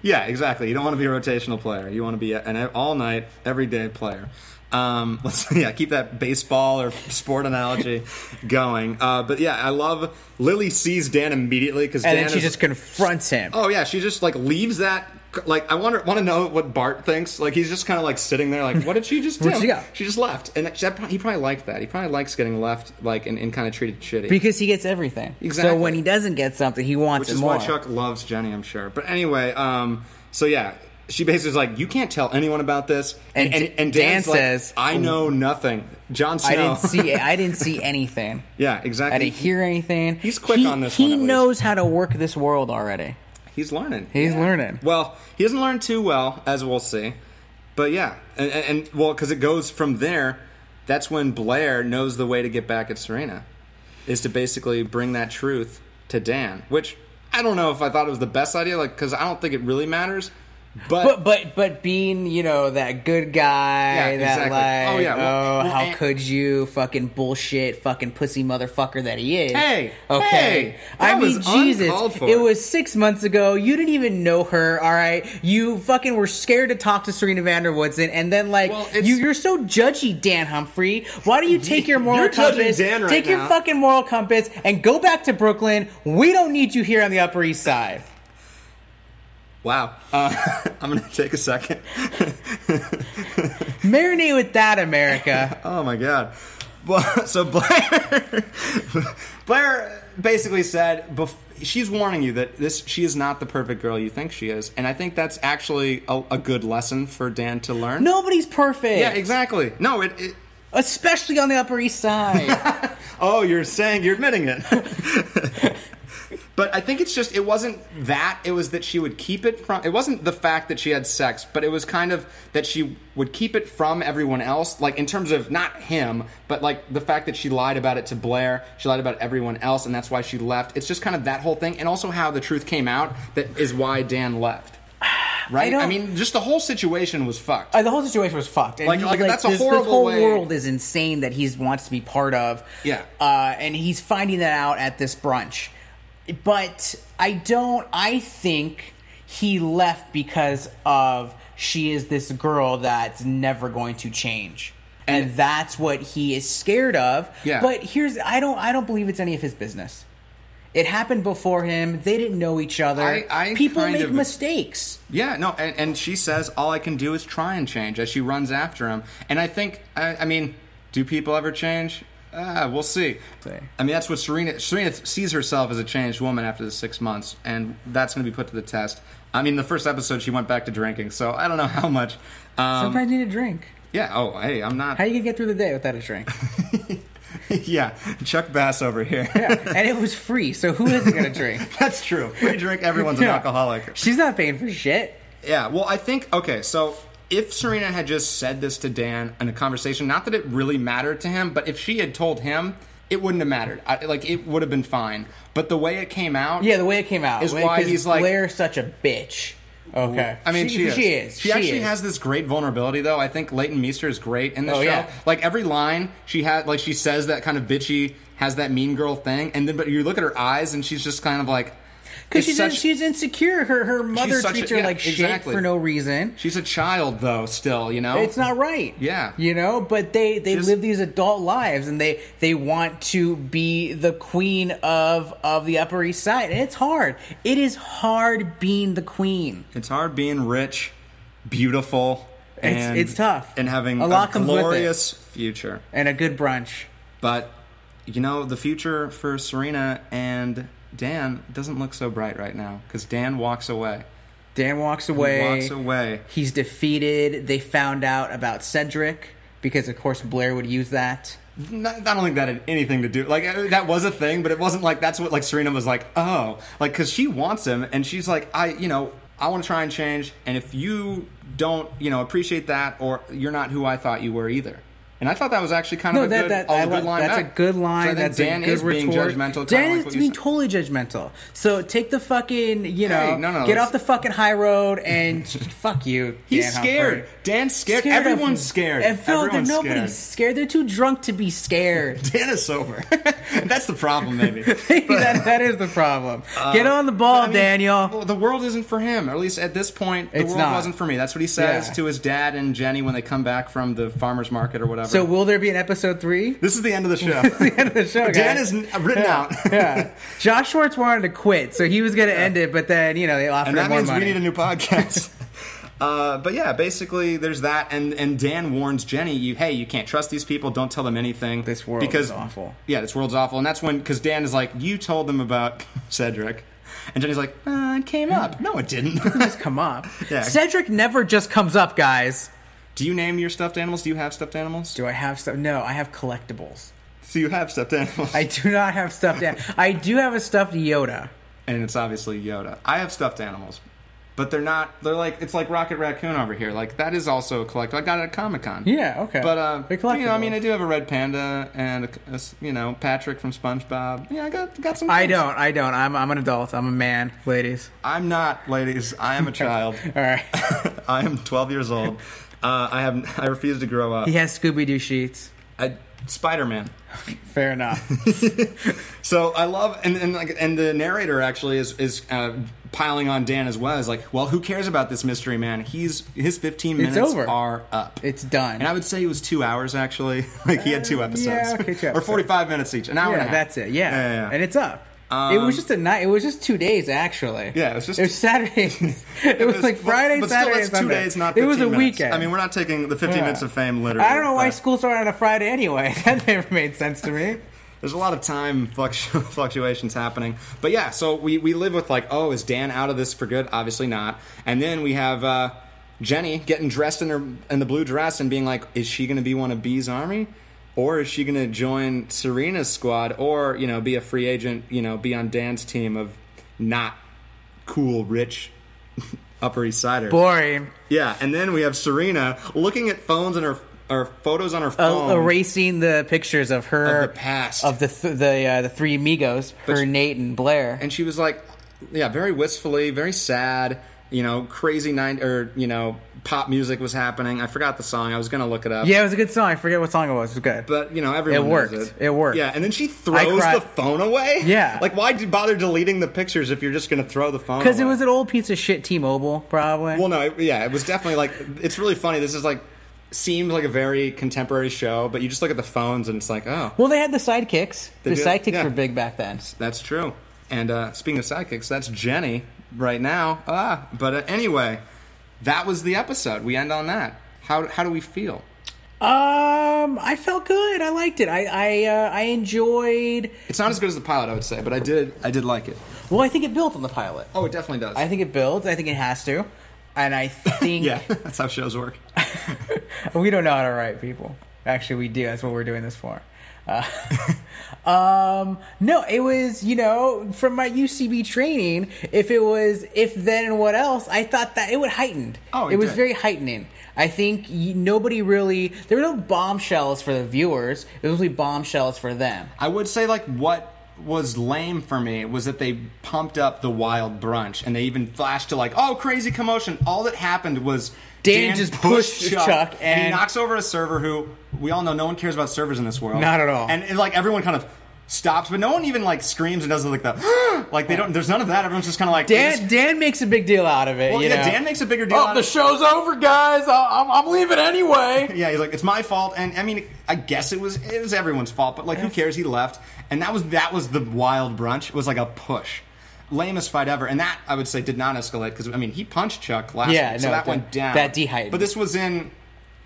S1: Yeah, exactly. You don't want to be a rotational player. You want to be a- an all night, everyday player. Um, let's yeah, keep that baseball or sport analogy going. Uh, but yeah, I love Lily sees Dan immediately because
S2: And
S1: Dan
S2: then she
S1: is,
S2: just confronts him.
S1: oh yeah, she just like leaves that. Like I wonder, want to know what Bart thinks. Like he's just kind of like sitting there, like what did she just do?
S2: Where'd she go?
S1: just left, and that, that, pro- he probably liked that. He probably likes getting left, like and, and kind of treated shitty.
S2: Because he gets everything.
S1: Exactly.
S2: So when he doesn't get something, he wants
S1: which
S2: it
S1: is why
S2: more.
S1: Chuck loves Jenny, I'm sure. But anyway, um, so yeah, she basically is like, "You can't tell anyone about this," and and,
S2: And
S1: and,
S2: D-
S1: Dan's
S2: Dan
S1: like,
S2: says, "Oh,
S1: "I know nothing." John Snow.
S2: I didn't see. I didn't see anything.
S1: yeah,
S2: I
S1: exactly.
S2: didn't hear anything.
S1: He's quick
S2: He-
S1: on this
S2: He
S1: one, at least.
S2: knows how to work this world already.
S1: He's learning.
S2: He's learning.
S1: Well, he doesn't learn too well, as we'll see. But yeah, and, and, and well, because it goes from there. That's when Blair knows the way to get back at Serena, is to basically bring that truth to Dan. Which I don't know if I thought it was the best idea, like because I don't think it really matters.
S2: But but but being you know that good guy,
S1: Yeah,
S2: that
S1: exactly.
S2: like
S1: Oh,
S2: oh,
S1: yeah, well, well,
S2: how
S1: and-
S2: could you fucking bullshit fucking pussy motherfucker that he is?
S1: Hey,
S2: okay,
S1: hey, that
S2: I mean
S1: was
S2: Jesus,
S1: uncalled for.
S2: it was six months ago. You didn't even know her, all right? You fucking were scared to talk to Serena Vanderwoodson, and then like
S1: Well, it's-
S2: you you're so judgy, Dan Humphrey. Why do you take your moral
S1: You're judging
S2: compass?
S1: Dan right
S2: take
S1: now.
S2: your fucking moral compass and go back to Brooklyn. We don't need you here on the Upper East Side.
S1: Wow. Uh, I'm going to take a second.
S2: Marinate with that, America.
S1: Oh my God. Well, so Blair, Blair basically said, bef- she's warning you that this she is not the perfect girl you think she is, and I think that's actually a, a good lesson for Dan to learn.
S2: Nobody's perfect.
S1: Yeah, exactly. No, it. it
S2: Especially on the Upper East Side.
S1: oh, you're saying you're admitting it. But I think it's just it wasn't that it was that she would keep it from it wasn't the fact that she had sex, but it was kind of that she would keep it from everyone else, like in terms of not him, but like the fact that she lied about it to Blair, she lied about everyone else, and that's why she left. It's just kind of that whole thing, and also how the truth came out that is why Dan left. Right? I,
S2: don't-
S1: mean, just the whole situation was fucked.
S2: Uh, the whole situation was fucked. And
S1: Like-
S2: he-
S1: like, that's a
S2: this,
S1: horrible
S2: This whole
S1: way-
S2: world is insane that he wants to be part of.
S1: Yeah.
S2: Uh, and he's finding that out at this brunch. But I don't. I think he left because of she is this girl that's never going to change. And, that's what he is scared of.
S1: Yeah.
S2: But here's I don't I don't believe it's any of his business. It happened before him. They didn't know each other.
S1: I- I
S2: People
S1: kind
S2: make
S1: of-
S2: mistakes.
S1: Yeah, no, and, and she says all I can do is try and change as she runs after him. And I think, I, I mean, do people ever change? Ah, we'll see.
S2: Say.
S1: I mean, that's what Serena Serena sees herself as a changed woman after the six months, and that's going to be put to the test. I mean, the first episode she went back to drinking, so I don't know how much. Um,
S2: Sometimes you need a drink.
S1: yeah. Oh, hey, I'm not.
S2: How you gonna get through the day without a drink?
S1: yeah, Chuck Bass over here.
S2: and it was free, so who isn't gonna drink?
S1: that's true. Free drink. Everyone's an
S2: Yeah.
S1: alcoholic.
S2: She's not paying for shit.
S1: Yeah, well, I think okay. So if Serena had just said this to Dan in a conversation, not that it really mattered to him, but if she had told him, it wouldn't have mattered. I, like it would have been fine. But the way it came out,
S2: Yeah, the way it came out
S1: Is
S2: like,
S1: why
S2: 'cause
S1: he's like-
S2: Blair's such a bitch. Okay,
S1: I mean, she, is.
S2: she is.
S1: She, actually has this great vulnerability, though. I think Leighton Meester is great in the
S2: Oh,
S1: show.
S2: yeah.
S1: Like every line she had, like she says that kind of bitchy, has that mean girl thing, and then but you look at her eyes, and she's just kind of like, it's
S2: because she's, in-
S1: such-
S2: she's insecure. Her her mother
S1: such a-
S2: treats her
S1: yeah,
S2: like shit
S1: exactly.
S2: for no reason.
S1: she's a child though, still, you know.
S2: It's not right.
S1: Yeah.
S2: you know, but they they
S1: She's-
S2: live these adult lives and they they want to be the queen of of the Upper East Side, and it's hard. It is hard being the queen.
S1: It's hard being rich, beautiful,
S2: It's-
S1: and
S2: it's tough.
S1: and having a,
S2: A lot comes with it.
S1: glorious future.
S2: And a good brunch.
S1: But you know, the future for Serena and Dan doesn't look so bright right now because Dan walks away.
S2: Dan walks away.
S1: Walks away.
S2: He's defeated. They found out about Cedric because, of course, Blair would use that.
S1: Not, I don't think that had anything to do. Like uh, that was a thing, but it wasn't like that's what like Serena was like. Oh, like because she wants him, and she's like, I, you know, I want to try and change. And if you don't, you know, appreciate that, or you're not who I thought you were either. And I thought that was actually kind
S2: No,
S1: of a
S2: that,
S1: good,
S2: that,
S1: a
S2: I
S1: good
S2: like,
S1: line
S2: that's
S1: back.
S2: a good
S1: So
S2: line.
S1: I think
S2: that's
S1: Dan
S2: a good
S1: is being
S2: retort.
S1: judgmental. kinda
S2: Dan
S1: like
S2: is
S1: what you
S2: being
S1: said.
S2: totally judgmental. So take the fucking, you know,
S1: no, no,
S2: get
S1: it's-
S2: off the fucking high road and fuck you.
S1: He's
S2: Dan Humphrey.
S1: scared. Dan's scared.
S2: Scared of
S1: Everyone's
S2: him.
S1: scared.
S2: And Phil,
S1: Everyone's
S2: they're nobody's
S1: scared.
S2: scared. They're too drunk to be scared.
S1: Dan is sober. That's the problem, maybe.
S2: that, that is the problem.
S1: Uh,
S2: Get on the ball,
S1: I mean,
S2: Oh, Daniel.
S1: well, The world isn't for him, or at least at this point, the
S2: It's
S1: world
S2: not.
S1: wasn't for me. That's what he says
S2: Yeah.
S1: to his dad and Jenny when they come back from the farmer's market or whatever.
S2: So will there be an episode three?
S1: this is the end of the show.
S2: the end of the show,
S1: Dan
S2: guys.
S1: is n- uh, written out.
S2: yeah. Josh Schwartz wanted to quit, so he was going to end it, but then, you know, they offered
S1: and that
S2: more
S1: means
S2: money.
S1: we need a new podcast. Uh, but yeah, basically, there's that, and, and Dan warns Jenny, "You hey, you can't trust these people. Don't tell them anything.
S2: This world
S1: because,
S2: is awful.
S1: Yeah, this world's awful, and that's when because Dan is like, you told them about Cedric, and Jenny's like, uh, it came up. No, it didn't.
S2: just come up.
S1: Yeah.
S2: Cedric never just comes up, guys.
S1: Do you name your stuffed animals? Do you have stuffed animals?
S2: Do I have stuff? No, I have collectibles.
S1: So you have stuffed animals,
S2: I do not have stuffed. an- I do have a stuffed Yoda.
S1: and it's obviously Yoda. I have stuffed animals, but they're not. They're like it's like Rocket Raccoon over here. Like that is also a collect. I got it at Comic Con.
S2: Yeah, okay.
S1: But uh,
S2: They're
S1: you know, I mean,
S2: collectibles.
S1: I do have a red panda and a, a s- you know Patrick from SpongeBob. Yeah, I got got some.
S2: I
S1: things.
S2: don't. I don't. I'm, I'm an adult. I'm a man, ladies.
S1: I'm not, ladies. I am a child.
S2: All right.
S1: I am 12 years old. Uh, I have I refuse to grow up.
S2: He has Scooby Doo sheets.
S1: I, Spider-Man.
S2: Fair enough.
S1: So I love and and like and the narrator actually is is uh, piling on Dan as well. Is like, well, who cares about this mystery man? He's his 15 minutes
S2: over.
S1: are up.
S2: It's done.
S1: and I would say it was two hours actually. like he had two episodes,
S2: Uh, okay, two
S1: or
S2: episodes.
S1: 45 minutes each, an hour. and a
S2: yeah,
S1: half.
S2: that's it. Yeah.
S1: yeah, yeah.
S2: and it's up. it
S1: Um,
S2: was just a night. It was just two days, actually.
S1: Yeah, it was just-
S2: it was Saturday. it, was, like
S1: well,
S2: Friday,
S1: but Still,
S2: Saturday, and
S1: that's
S2: Sunday.
S1: two days, not.
S2: It was
S1: 15
S2: a
S1: minutes.
S2: weekend.
S1: I mean, we're not taking the 15
S2: Yeah.
S1: minutes of fame literally.
S2: I don't know why
S1: but
S2: school started on a Friday anyway. That never made sense to me.
S1: There's a lot of time fluctu- fluctuations happening, but yeah. So we we live with like, oh, is Dan out of this for good? Obviously not. And then we have. uh Jenny getting dressed in her in the blue dress and being like, is she going to be one of B's army, or is she going to join Serena's squad, or you know, be a free agent, you know, be on Dan's team of not cool, rich Upper East Sider?
S2: Boring.
S1: Yeah, and then we have Serena looking at phones and her or photos on her phone.
S2: Er, Erasing the pictures of her
S1: Oh. Of the past.
S2: of the th- the uh, the three amigos, her,
S1: she-
S2: Nate, and Blair.
S1: and she was like, yeah, very wistfully, very sad. You know, crazy nine or you know, pop music was happening. I forgot the song. I was gonna look it up.
S2: yeah, it was a good song. I forget what song it was. It was good.
S1: But you know, everyone
S2: It worked.
S1: knows it.
S2: It worked.
S1: Yeah, and then she
S2: I
S1: throws
S2: cried.
S1: the phone away.
S2: Yeah.
S1: like why do bother deleting the pictures if you're just gonna throw the phone?
S2: Because it
S1: away?
S2: was an old piece of shit, T-Mobile, probably.
S1: Well, no, it, yeah, it was definitely like it's really funny. This is like seemed like a very contemporary show, but you just look at the phones and it's like, oh,
S2: Well, they had the sidekicks. The
S1: did-
S2: sidekicks
S1: yeah.
S2: were big back then.
S1: That's true. And uh, speaking of sidekicks, that's Jenny right now. Ah, but uh, anyway, that was the episode. We end on that. How how do we feel?
S2: Um, I felt good. I liked it. I I uh, I enjoyed.
S1: It's not as good as the pilot, I would say, but I did I did like it.
S2: Well, I think it built on the pilot.
S1: Oh, it definitely does.
S2: I think it builds. I think it has to. And I think
S1: yeah, that's how shows work.
S2: we don't know how to write people. Actually, we do. That's what we're doing this for. Uh, um, no, it was you know from my UCB training. If it was if then and what else, I thought that it would heightened.
S1: Oh, it
S2: it was
S1: did.
S2: very heightening. I think y nobody really there were no bombshells for the viewers. It was really bombshells for them.
S1: I would say like what was lame for me was that they pumped up the wild brunch and they even flashed to like oh crazy commotion. All that happened was
S2: Dan just pushed Chuck
S1: he
S2: and-
S1: knocks over a server who we all know no one cares about servers in this world.
S2: Not at all.
S1: And it, like everyone kind of stops, but no one even like screams and does like the like they don't. There's none of that. Everyone's just kind of like they
S2: Dan
S1: just-
S2: Dan makes a big deal out of it.
S1: Well,
S2: you
S1: yeah,
S2: know?
S1: Dan makes a bigger deal
S2: Oh,
S1: out
S2: the
S1: of it.
S2: show's over, guys. I- I'm, I'm leaving anyway.
S1: Yeah, he's like, it's my fault, and I mean, I guess it was it was everyone's fault, but like, who cares? He left, and that was that was the wild brunch. It was like a push, lamest fight ever, and that I would say did not escalate because I mean, he punched Chuck last,
S2: Yeah,
S1: week, so
S2: no,
S1: that
S2: that-
S1: went down,
S2: that dehydrated.
S1: But this was in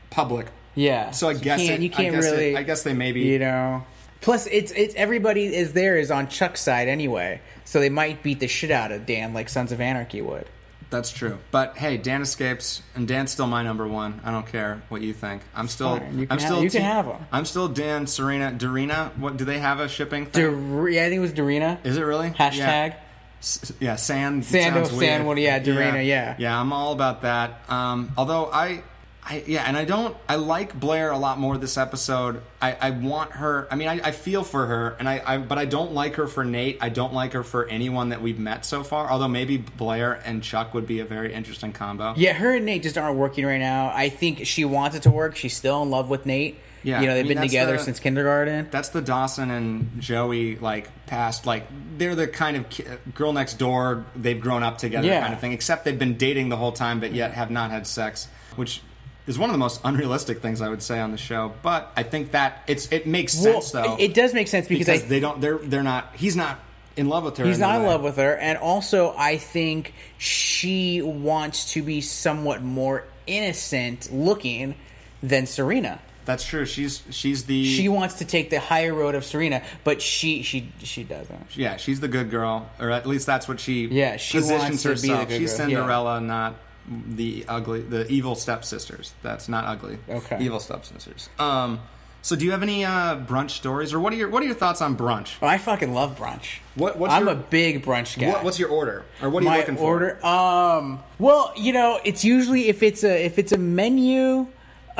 S1: public,
S2: Yeah.
S1: so I guess
S2: you can't,
S1: it,
S2: you can't
S1: I guess it-
S2: really.
S1: I guess they maybe
S2: you know. Plus, it's it's everybody is there is on Chuck's side anyway, so they might beat the shit out of Dan like Sons of Anarchy would.
S1: that's true. But hey, Dan escapes, and Dan's still my number one. I don't care what you think. I'm still
S2: fine. You can
S1: I'm
S2: have-
S1: still
S2: you can
S1: team-
S2: have him.
S1: I'm still Dan, Serena, Dorina. What do they have a shipping? Thing?
S2: Dur- yeah, I think it was Dorina.
S1: Is it really
S2: Hashtag.
S1: Yeah. S- yeah, sand.
S2: Sand-
S1: sounds
S2: oh, sand
S1: weird.
S2: would- yeah, Dorina, yeah.
S1: yeah, I'm all about that. Um, although I, I, yeah, and I don't. I like Blair a lot more this episode. I, I want her. I mean, I, I feel for her, and I, I. But I don't like her for Nate. I don't like her for anyone that we've met so far. Although maybe Blair and Chuck would be a very interesting combo.
S2: Yeah, her and Nate just aren't working right now. I think she wants it to work. She's still in love with Nate.
S1: Yeah,
S2: you know
S1: I
S2: they've
S1: mean,
S2: been
S1: that's
S2: together
S1: the-
S2: since kindergarten.
S1: That's the Dawson and Joey like past. Like they're the kind of ki- girl next door. They've grown up together,
S2: Yeah.
S1: kind of thing. Except they've been dating the whole time, but yet have not had sex, which is one of the most unrealistic things I would say on the show. But I think that it's it makes sense
S2: well,
S1: though.
S2: it, it does make sense because,
S1: because
S2: I
S1: they don't. They're they're not. He's not in love with her.
S2: He's
S1: that
S2: not in
S1: way.
S2: love with her, and also I think she wants to be somewhat more innocent looking than Serena.
S1: That's true. She's she's the
S2: She wants to take the higher road of Serena, but she she she doesn't.
S1: yeah. She's the good girl, or at least that's what she
S2: Yeah, she wants
S1: positions
S2: to be the
S1: herself.
S2: good
S1: she's
S2: girl. Yeah.
S1: Cinderella, not the ugly, the evil stepsisters. That's not ugly.
S2: Okay.
S1: evil stepsisters. Um. So, do you have any uh, brunch stories, or what are your what are your thoughts on brunch?
S2: But Oh, I fucking love brunch.
S1: What- what's
S2: I'm
S1: your-
S2: a big brunch guy.
S1: What, what's your order, or what are you
S2: my
S1: looking for?
S2: order? Um, well, you know, it's usually if it's a if it's a menu,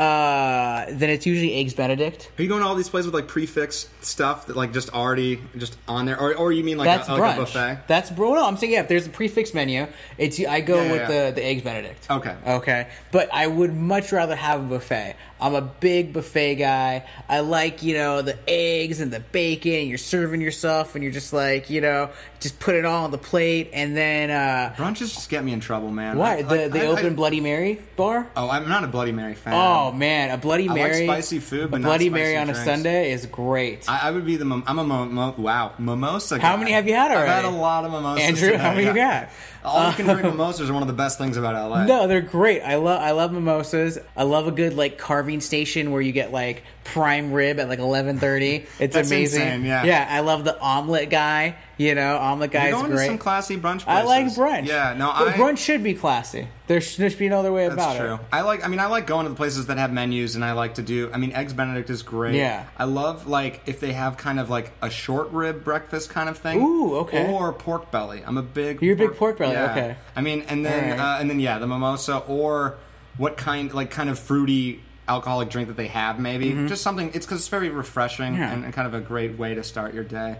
S2: uh, then it's usually eggs Benedict.
S1: Are you going to all these places with like prefix stuff that like just already just on there, or or you mean like
S2: That's
S1: a, like
S2: brunch.
S1: a buffet?
S2: That's bro. No, I'm saying yeah. If there's a prefix menu, it's I go
S1: Yeah,
S2: with
S1: yeah, yeah.
S2: the the eggs Benedict.
S1: Okay.
S2: Okay. But I would much rather have a buffet. I'm a big buffet guy. I like you know the eggs and the bacon. And you're serving yourself, and you're just like you know just put it all on the plate, and then uh,
S1: Brunches just get me in trouble, man.
S2: why
S1: I-
S2: the
S1: like,
S2: the
S1: I- I-
S2: open Bloody Mary bar.
S1: Oh, I'm not a Bloody Mary fan.
S2: Oh man, a Bloody
S1: like
S2: Mary,
S1: spicy food, but
S2: a
S1: not
S2: Bloody
S1: spicy
S2: Mary on a
S1: drinks.
S2: Sunday is great.
S1: I, I would be the mim- I'm a mo- mo- wow mimosa.
S2: How
S1: guy.
S2: many have you had already?
S1: I've had a lot of mimosas.
S2: Andrew,
S1: today.
S2: how many you
S1: Yeah.
S2: got?
S1: All you can drink mimosas are one of the best things about LA.
S2: No, they're great. I love I love mimosas. I love a good like carving station where you get like prime rib at like eleven thirty. It's
S1: That's
S2: amazing.
S1: insane, yeah.
S2: yeah. I love the omelet guy. You know, omelet guy
S1: you're
S2: is
S1: going to
S2: great.
S1: some classy brunch. Places.
S2: I like brunch.
S1: Yeah, no,
S2: But
S1: I
S2: brunch should be classy. There should, there should be no other way about
S1: That's true.
S2: it.
S1: I like. I mean, I like going to the places that have menus, and I like to do. I mean, eggs Benedict is great.
S2: Yeah.
S1: I love like if they have kind of like a short rib breakfast kind of thing.
S2: Ooh, okay.
S1: Or pork belly. I'm a big.
S2: You're a big pork belly,
S1: yeah.
S2: okay.
S1: I mean, and then
S2: All right.
S1: uh, and then yeah, the mimosa or what kind like kind of fruity alcoholic drink that they have maybe just something. It's because it's very refreshing
S2: Mm-hmm. Yeah.
S1: and, and kind of a great way to start your day.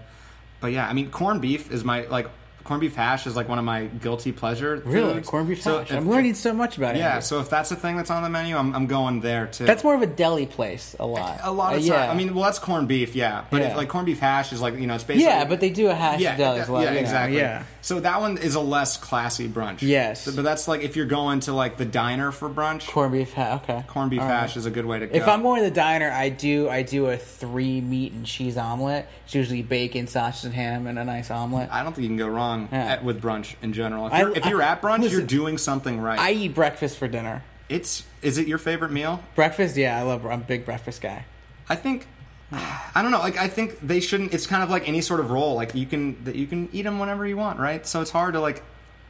S1: But yeah, I mean, corned beef is my like. Corned beef hash is like one of my guilty pleasure.
S2: Really,
S1: foods.
S2: corned beef
S1: So
S2: hash.
S1: if-
S2: I'm learning so much about it.
S1: yeah,
S2: Andrew.
S1: so if that's the thing that's on the menu, I'm, I'm going there too.
S2: that's more of a deli place. A lot.
S1: a lot of
S2: Uh,
S1: time. I mean, well, that's corned beef, yeah. But
S2: Yeah.
S1: If, like corned beef hash is like you know, it's basically
S2: yeah, but they do a hash
S1: yeah,
S2: deli
S1: yeah,
S2: as well.
S1: yeah,
S2: you know,
S1: exactly.
S2: Yeah.
S1: So that one is a less classy brunch.
S2: Yes.
S1: So- but that's like if you're going to like the diner for brunch,
S2: Corned beef hash. Okay.
S1: corned beef
S2: All right.
S1: hash is a good way to go.
S2: uh, If I'm going to the diner, I do I do a three meat and cheese omelet. It's usually bacon, sausage, and ham, and a nice omelet. I,
S1: I don't think you can go wrong
S2: Yeah.
S1: at, with brunch in general. If
S2: I-
S1: you're, if
S2: I-
S1: you're at brunch,
S2: listen,
S1: you're doing something right.
S2: eat breakfast for dinner.
S1: it's is it your favorite meal?
S2: Breakfast, yeah, I love. I'm a big breakfast guy.
S1: I think I don't know. Like I think they shouldn't. It's kind of like any sort of roll. Like you can that you can eat them whenever you want, right? So it's hard to like.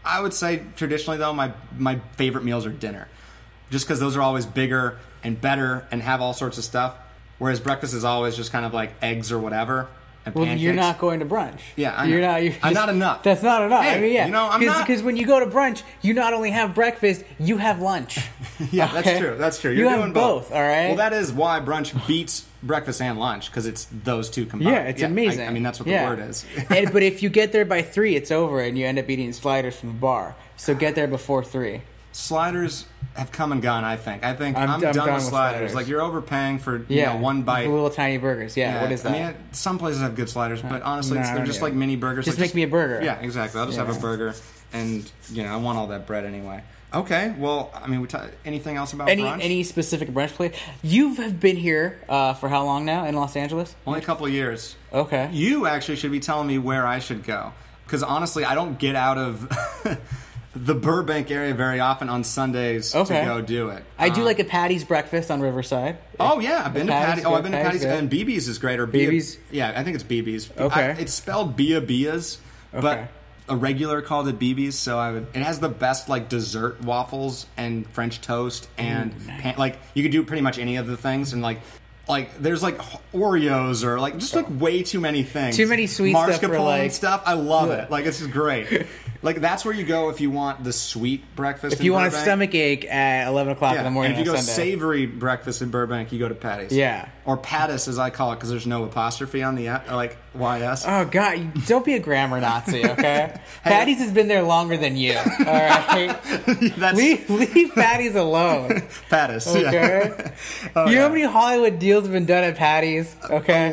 S1: I would say traditionally though, my my favorite meals are dinner, just because those are always bigger and better and have all sorts of stuff. Whereas breakfast is always just kind of like eggs or whatever. And
S2: Well,
S1: pancakes.
S2: you're not going to brunch.
S1: Yeah, I
S2: you're
S1: know.
S2: not. You're
S1: I'm
S2: just-
S1: not enough.
S2: That's not enough. I
S1: Hey,
S2: mean, yeah,
S1: you know, I'm not-
S2: because when you go to brunch, you not only have breakfast, you have lunch.
S1: Yeah,
S2: Okay?
S1: that's true. That's true.
S2: You
S1: You're
S2: have
S1: doing both.
S2: both, all right?
S1: Well, that is why brunch beats breakfast and lunch because it's those two combined.
S2: yeah, it's
S1: I-
S2: amazing.
S1: I, mean, that's what the
S2: Yeah.
S1: word is.
S2: and, but if you get there by three, it's over, and you end up eating sliders from the bar. So get there before three.
S1: sliders have come and gone. I think. I think
S2: I'm-
S1: I'm,
S2: I'm
S1: done,
S2: done
S1: with
S2: with
S1: sliders.
S2: sliders.
S1: Like you're overpaying for you
S2: Yeah,
S1: know, one bite.
S2: Little tiny burgers. Yeah, what is that?
S1: I mean, it- some places have good sliders, but honestly,
S2: no,
S1: it's,
S2: I
S1: they're
S2: don't
S1: just
S2: either.
S1: like mini burgers.
S2: Just
S1: like,
S2: make me a burger.
S1: Yeah, exactly. I'll just have
S2: Yeah.
S1: a burger, and you know, I want all that bread anyway. Okay. Well, I mean, we ta anything else about
S2: Any
S1: brunch?
S2: any specific brunch place? You have been here uh, for how long now in Los Angeles?
S1: Only a couple of years.
S2: Okay.
S1: You actually should be telling me where I should go. Because honestly, I don't get out of the Burbank area very often on Sundays
S2: Okay.
S1: to go do it.
S2: I do like a Patty's breakfast on Riverside.
S1: Oh yeah, I've been to
S2: Patty's
S1: Patty. Oh,
S2: good,
S1: I've been to
S2: Patty's
S1: Patty's, and BB's is great or Bia-
S2: BB's?
S1: Yeah, I think it's BB's.
S2: Okay.
S1: I- it's spelled Bia Bia's,
S2: Okay.
S1: but a regular called it BB's. So I would. It has the best like dessert waffles and French toast and pan, like you could do pretty much any of the things and like. Like there's like Oreos or like just like way too many things.
S2: Too many sweet stuff for,
S1: Mascarpone
S2: like-
S1: stuff. I love it. Like this is great. Like that's where you go if you want the sweet breakfast.
S2: If
S1: in
S2: you want a
S1: Burbank.
S2: stomach ache at eleven o'clock in
S1: Yeah.
S2: the
S1: And
S2: morning,
S1: if you
S2: on
S1: go
S2: Sunday.
S1: savory breakfast in Burbank, you go to Patty's.
S2: Yeah.
S1: Or Pattis, as I call it, because there's no apostrophe on the a- like YS.
S2: Oh God! you- Don't be a grammar Nazi, okay? Patty's has been there longer than you. All right,
S1: That's
S2: leave, leave Patty's alone.
S1: Pattis. Yeah. Oh,
S2: Okay. you know how many Hollywood deals have been done at Patty's? Okay,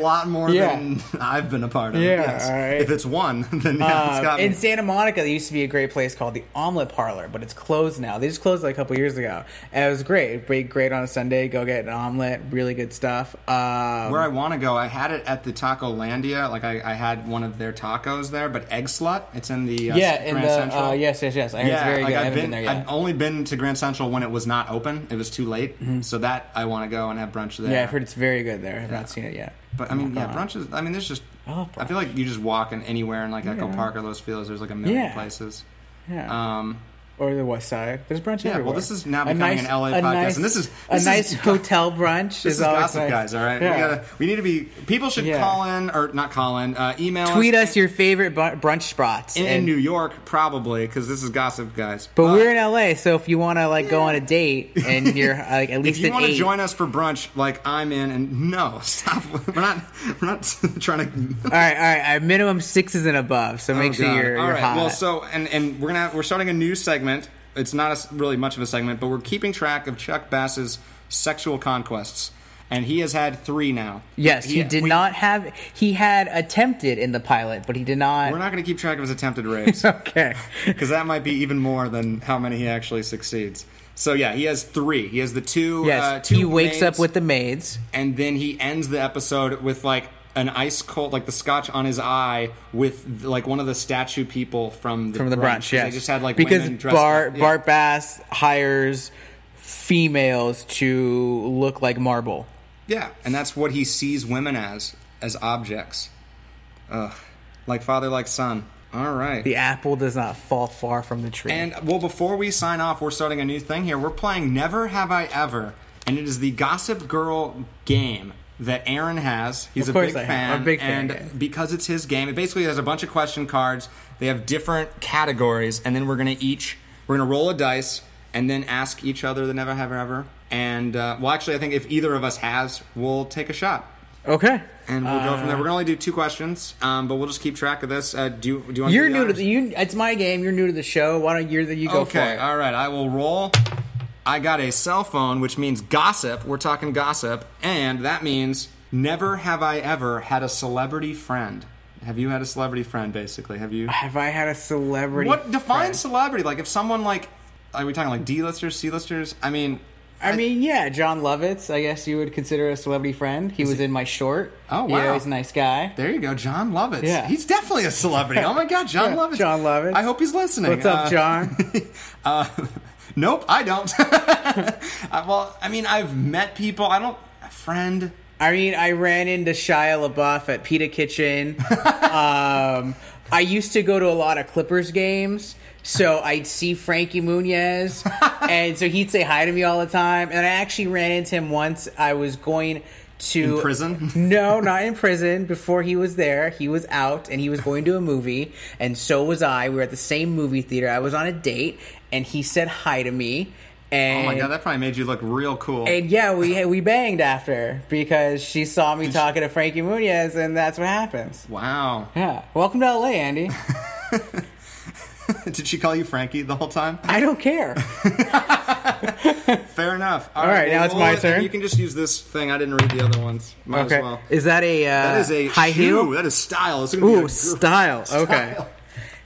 S1: A lot more
S2: Yeah.
S1: than I've been a part of.
S2: Yeah,
S1: yes.
S2: all right.
S1: If it's one, then yeah, it's
S2: Um,
S1: got
S2: in Santa Monica, there used to be a great place called the Omelet Parlor, but it's closed now. They just closed like a couple years ago. And it was great. Great, great on a Sunday. Go get an omelet. Really good stuff. Um,
S1: where I want to go. I had it at the Taco Landia. Like I, I had one of their tacos there, but Egg Slut. It's in the uh,
S2: yeah, in
S1: Grand
S2: the
S1: Central.
S2: uh, yes, yes, yes. I heard it's very
S1: like
S2: good. I
S1: I've
S2: haven't been,
S1: been,
S2: there yet.
S1: I've only been to Grand Central when it was not open. It was too late, so that I want to go and have brunch there.
S2: Mm-hmm. yeah, I've heard it's very good there. I have not seen it yet.
S1: But I mean, yeah,
S2: Oh God.
S1: brunch is. I mean, there's just. I,
S2: I love
S1: feel like you just walk in anywhere in like Echo
S2: Yeah.
S1: Park or Los Feliz. There's like a million
S2: Yeah.
S1: places.
S2: Yeah.
S1: Um,
S2: or the West Side. There's brunch
S1: yeah.
S2: everywhere.
S1: Well, this is now
S2: A
S1: becoming an LA
S2: a
S1: podcast,
S2: nice-
S1: and this is
S2: a
S1: this
S2: nice
S1: is,
S2: hotel brunch.
S1: This is
S2: always
S1: gossip,
S2: nice.
S1: guys. All right,
S2: Yeah.
S1: we gotta. We need to be. People should
S2: Yeah.
S1: call in or not call in. Uh, email
S2: Tweet
S1: us
S2: us your favorite bu- brunch spots
S1: in, in
S2: and-
S1: New York probably because this is gossip, guys. Uh,
S2: But we're in LA, so if you want to like go on a date and you're like at
S1: If
S2: least
S1: you
S2: an
S1: want to
S2: eight,
S1: join us for brunch, like I'm in, and no, stop. We're not. We're not trying to.
S2: all right, all right, all right, minimum sixes and above. So make
S1: Oh,
S2: sure
S1: God.
S2: you're,
S1: All
S2: you're
S1: right,
S2: hot.
S1: Well, so and and we're gonna we're starting a new segment. It's not a s really much of a segment, but we're keeping track of Chuck Bass's sexual conquests, and he has had three now.
S2: yes, he, did
S1: we-
S2: not have. He had attempted in the pilot, but he did not.
S1: We're not going to keep track of his attempted rapes
S2: okay.
S1: because that might be even more than how many he actually succeeds. So yeah, he has three. He has the two.
S2: Yes,
S1: uh, two
S2: he wakes up
S1: maids,
S2: with the maids.
S1: and then he ends the episode with like an ice cold, like the scotch on his eye, with like one of the statue people from the
S2: from the brunch.
S1: 'cause
S2: yes,
S1: they just had like
S2: because
S1: women dressed
S2: Bart
S1: up. Yeah.
S2: Bart Bass hires females to look like marble.
S1: Yeah, and that's what he sees women as as objects. Ugh. Like father, like son. All right.
S2: The apple does not fall far from the tree.
S1: And well, before we sign off, we're starting a new thing here. We're playing Never Have I Ever, and it is the Gossip Girl game that Aaron has. He's
S2: Of
S1: a
S2: course
S1: big
S2: I am.
S1: fan.
S2: I'm a big fan,
S1: and
S2: yeah.
S1: because it's his game, it basically has a bunch of question cards. They have different categories, and then we're gonna each we're gonna roll a dice and then ask each other the Never Have I Ever. And uh, well, actually, I think if either of us has, we'll take a shot.
S2: okay.
S1: And we'll go
S2: Uh,
S1: from there. We're gonna only do two questions, um, but we'll just keep track of this. Uh, do you, do you want
S2: You're new to the you. It's my game. You're new to the show. Why don't you? You go for
S1: Okay,
S2: it.
S1: all right. I will roll. I got a cell phone, which means gossip. We're talking gossip, and that means never have I ever had a celebrity friend. Have you had a celebrity friend? Basically, have you?
S2: Have I had a celebrity?
S1: What defines celebrity? Like, if someone like, are we talking like D-listers, C-listers? I mean,
S2: I mean, yeah, John Lovitz. I guess you would consider a celebrity friend. He was in my short.
S1: Oh,
S2: You
S1: wow.
S2: know, he's a nice guy.
S1: there you go, John Lovitz.
S2: Yeah.
S1: he's definitely a celebrity. Oh my God, John
S2: Yeah,
S1: Lovitz.
S2: John Lovitz.
S1: I hope he's listening.
S2: What's up,
S1: Uh,
S2: John?
S1: Uh, nope, I don't. I, well, I mean, I've met people. I don't a friend.
S2: I mean, I ran into Shia LaBeouf at Pita Kitchen. um, I used to go to a lot of Clippers games, so I'd see Frankie Muniz, and so he'd say hi to me all the time. And I actually ran into him once. I was going to
S1: In prison?
S2: no, not in prison. Before he was there, he was out, and he was going to a movie, and so was I. We were at the same movie theater. I was on a date, and he said hi to me.
S1: Oh
S2: And
S1: my god, that probably made you look real cool.
S2: and yeah, we we banged after because she saw me talking to Frankie Muniz, and that's what happens.
S1: wow.
S2: Yeah, welcome to LA, Andy.
S1: Did she call you Frankie the whole time?
S2: I don't care.
S1: Fair enough.
S2: All right, now it's my
S1: and
S2: turn.
S1: You can just use this thing. I didn't read the other ones. Might
S2: Okay,
S1: as well.
S2: is that a uh,
S1: That is a
S2: high
S1: shoe.
S2: heel?
S1: That is style. It's gonna be a
S2: Ooh,
S1: gr-
S2: style. Okay.
S1: style.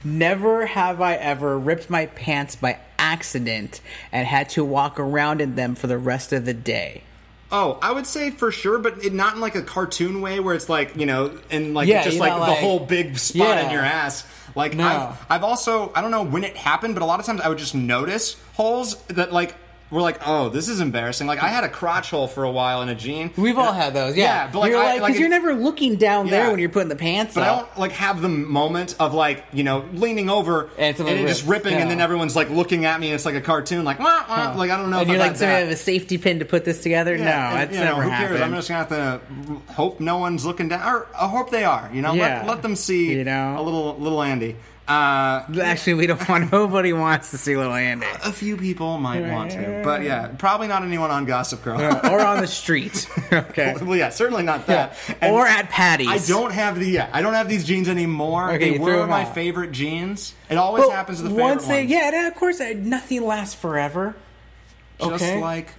S2: Never have I ever ripped my pants by accident and had to walk around in them for the rest of the day.
S1: Oh, I would say for sure, but it, not in like a cartoon way where it's like you know, and like
S2: Yeah,
S1: it's just
S2: you're
S1: like,
S2: not
S1: the
S2: like-
S1: whole big spot in
S2: Yeah.
S1: your ass. Like
S2: No.
S1: I've, I've also I don't know when it happened, but a lot of times I would just notice holes that like were like, oh, this is embarrassing. Like I had a crotch hole for a while in a jean.
S2: We've all had those, yeah.
S1: Yeah, but, like,
S2: you're
S1: I-
S2: like,
S1: like,
S2: because you're
S1: it-
S2: never looking down
S1: Yeah.
S2: there when you're putting the pants
S1: But I
S2: up.
S1: don't like have the moment of like you know leaning over
S2: And
S1: and,
S2: something
S1: it just
S2: rips.
S1: ripping, and
S2: Yeah.
S1: then everyone's like looking at me. and It's like a cartoon, like wah, wah, like I don't know. if
S2: and you're
S1: I
S2: like,
S1: got
S2: do I
S1: that.
S2: have a safety pin to put this together?
S1: Yeah,
S2: no,
S1: and,
S2: that's
S1: you know,
S2: never
S1: who
S2: happened.
S1: cares? I'm just gonna have to uh, hope no one's looking down, or I hope they are. You know,
S2: Yeah.
S1: let, let them see
S2: You know?
S1: a little little Andy. Uh,
S2: Actually, we don't want. Nobody wants to see Little Andy
S1: a few people might want to, but yeah, probably not anyone on Gossip Girl.
S2: or on the street. Okay.
S1: well, yeah, certainly not that. And
S2: or at Patty's.
S1: I don't have the yeah, I don't have these jeans anymore.
S2: Okay,
S1: they
S2: you threw
S1: were
S2: them
S1: my
S2: out.
S1: favorite jeans. It always
S2: Well,
S1: happens to the
S2: once
S1: favorite
S2: they,
S1: ones.
S2: Yeah, and of course, uh, nothing lasts forever.
S1: Just
S2: okay.
S1: like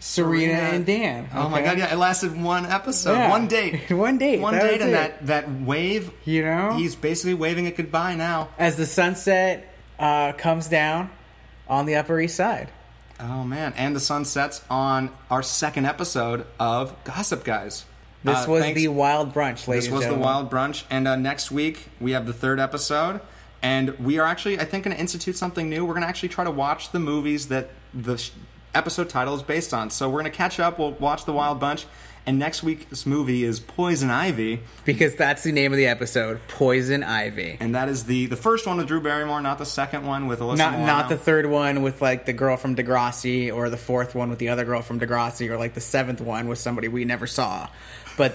S2: Serena, and Dan.
S1: Oh my
S2: okay?
S1: god, yeah, it lasted one episode,
S2: Yeah.
S1: one date,
S2: One date,
S1: one
S2: that
S1: date,
S2: was
S1: and
S2: it.
S1: that that wave.
S2: You know?
S1: he's basically waving it goodbye now.
S2: As the sunset uh, comes down on the Upper East Side.
S1: Oh man! And the sun sets on our second episode of Gossip Guys.
S2: This
S1: Uh,
S2: was
S1: thanks-
S2: the wild brunch,
S1: This
S2: ladies and
S1: was the
S2: gentlemen.
S1: wild brunch, and uh, next week we have the third episode, and we are actually, I think, going to institute something new. We're going to actually try to watch the movies that the sh- episode title is based on. So we're going to catch up. We'll watch the wild bunch, and next week's movie is Poison Ivy,
S2: Because that's the name of the episode Poison Ivy.
S1: and that is the the first one with Drew Barrymore, not the second one with Alyssa.
S2: Not,
S1: Milano.
S2: not the third one with like the girl from Degrassi, or the fourth one with the other girl from Degrassi, or like the seventh one with somebody we never saw, but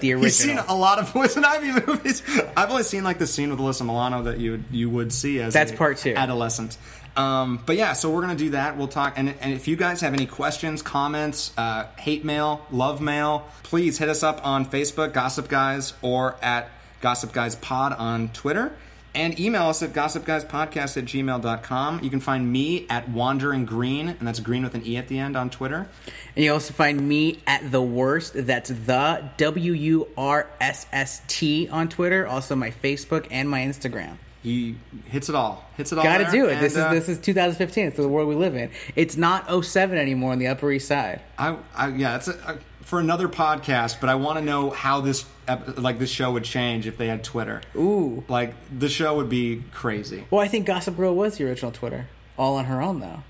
S2: the original.
S1: You've seen a lot of Poison Ivy movies. I've only seen like the scene with Alyssa Milano that you you would see as
S2: That's
S1: a
S2: part two.
S1: adolescent. Um, but yeah, so we're gonna do that. We'll talk, and, and if you guys have any questions, comments, uh, hate mail, love mail, please hit us up on Facebook, Gossip Guys, or at Gossip Guys Pod on Twitter. And email us at gossipguyspodcast at gmail.com. You can find me at Wandering Green, and that's green with an E at the end on Twitter.
S2: And you also find me at the worst. That's the W U R S S T on Twitter. Also my Facebook and my Instagram.
S1: He hits it all. Hits it all.
S2: Gotta
S1: there,
S2: do it.
S1: and,
S2: this is
S1: uh,
S2: this is 2015. It's the world we live in. It's not 07 anymore on the Upper East Side.
S1: I, I yeah, it's a, a, for another podcast. But I want to know how this ep- like this show would change if they had Twitter.
S2: Ooh.
S1: like the show would be crazy.
S2: Well, I think Gossip Girl was the original Twitter, all on her own though.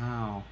S1: Wow.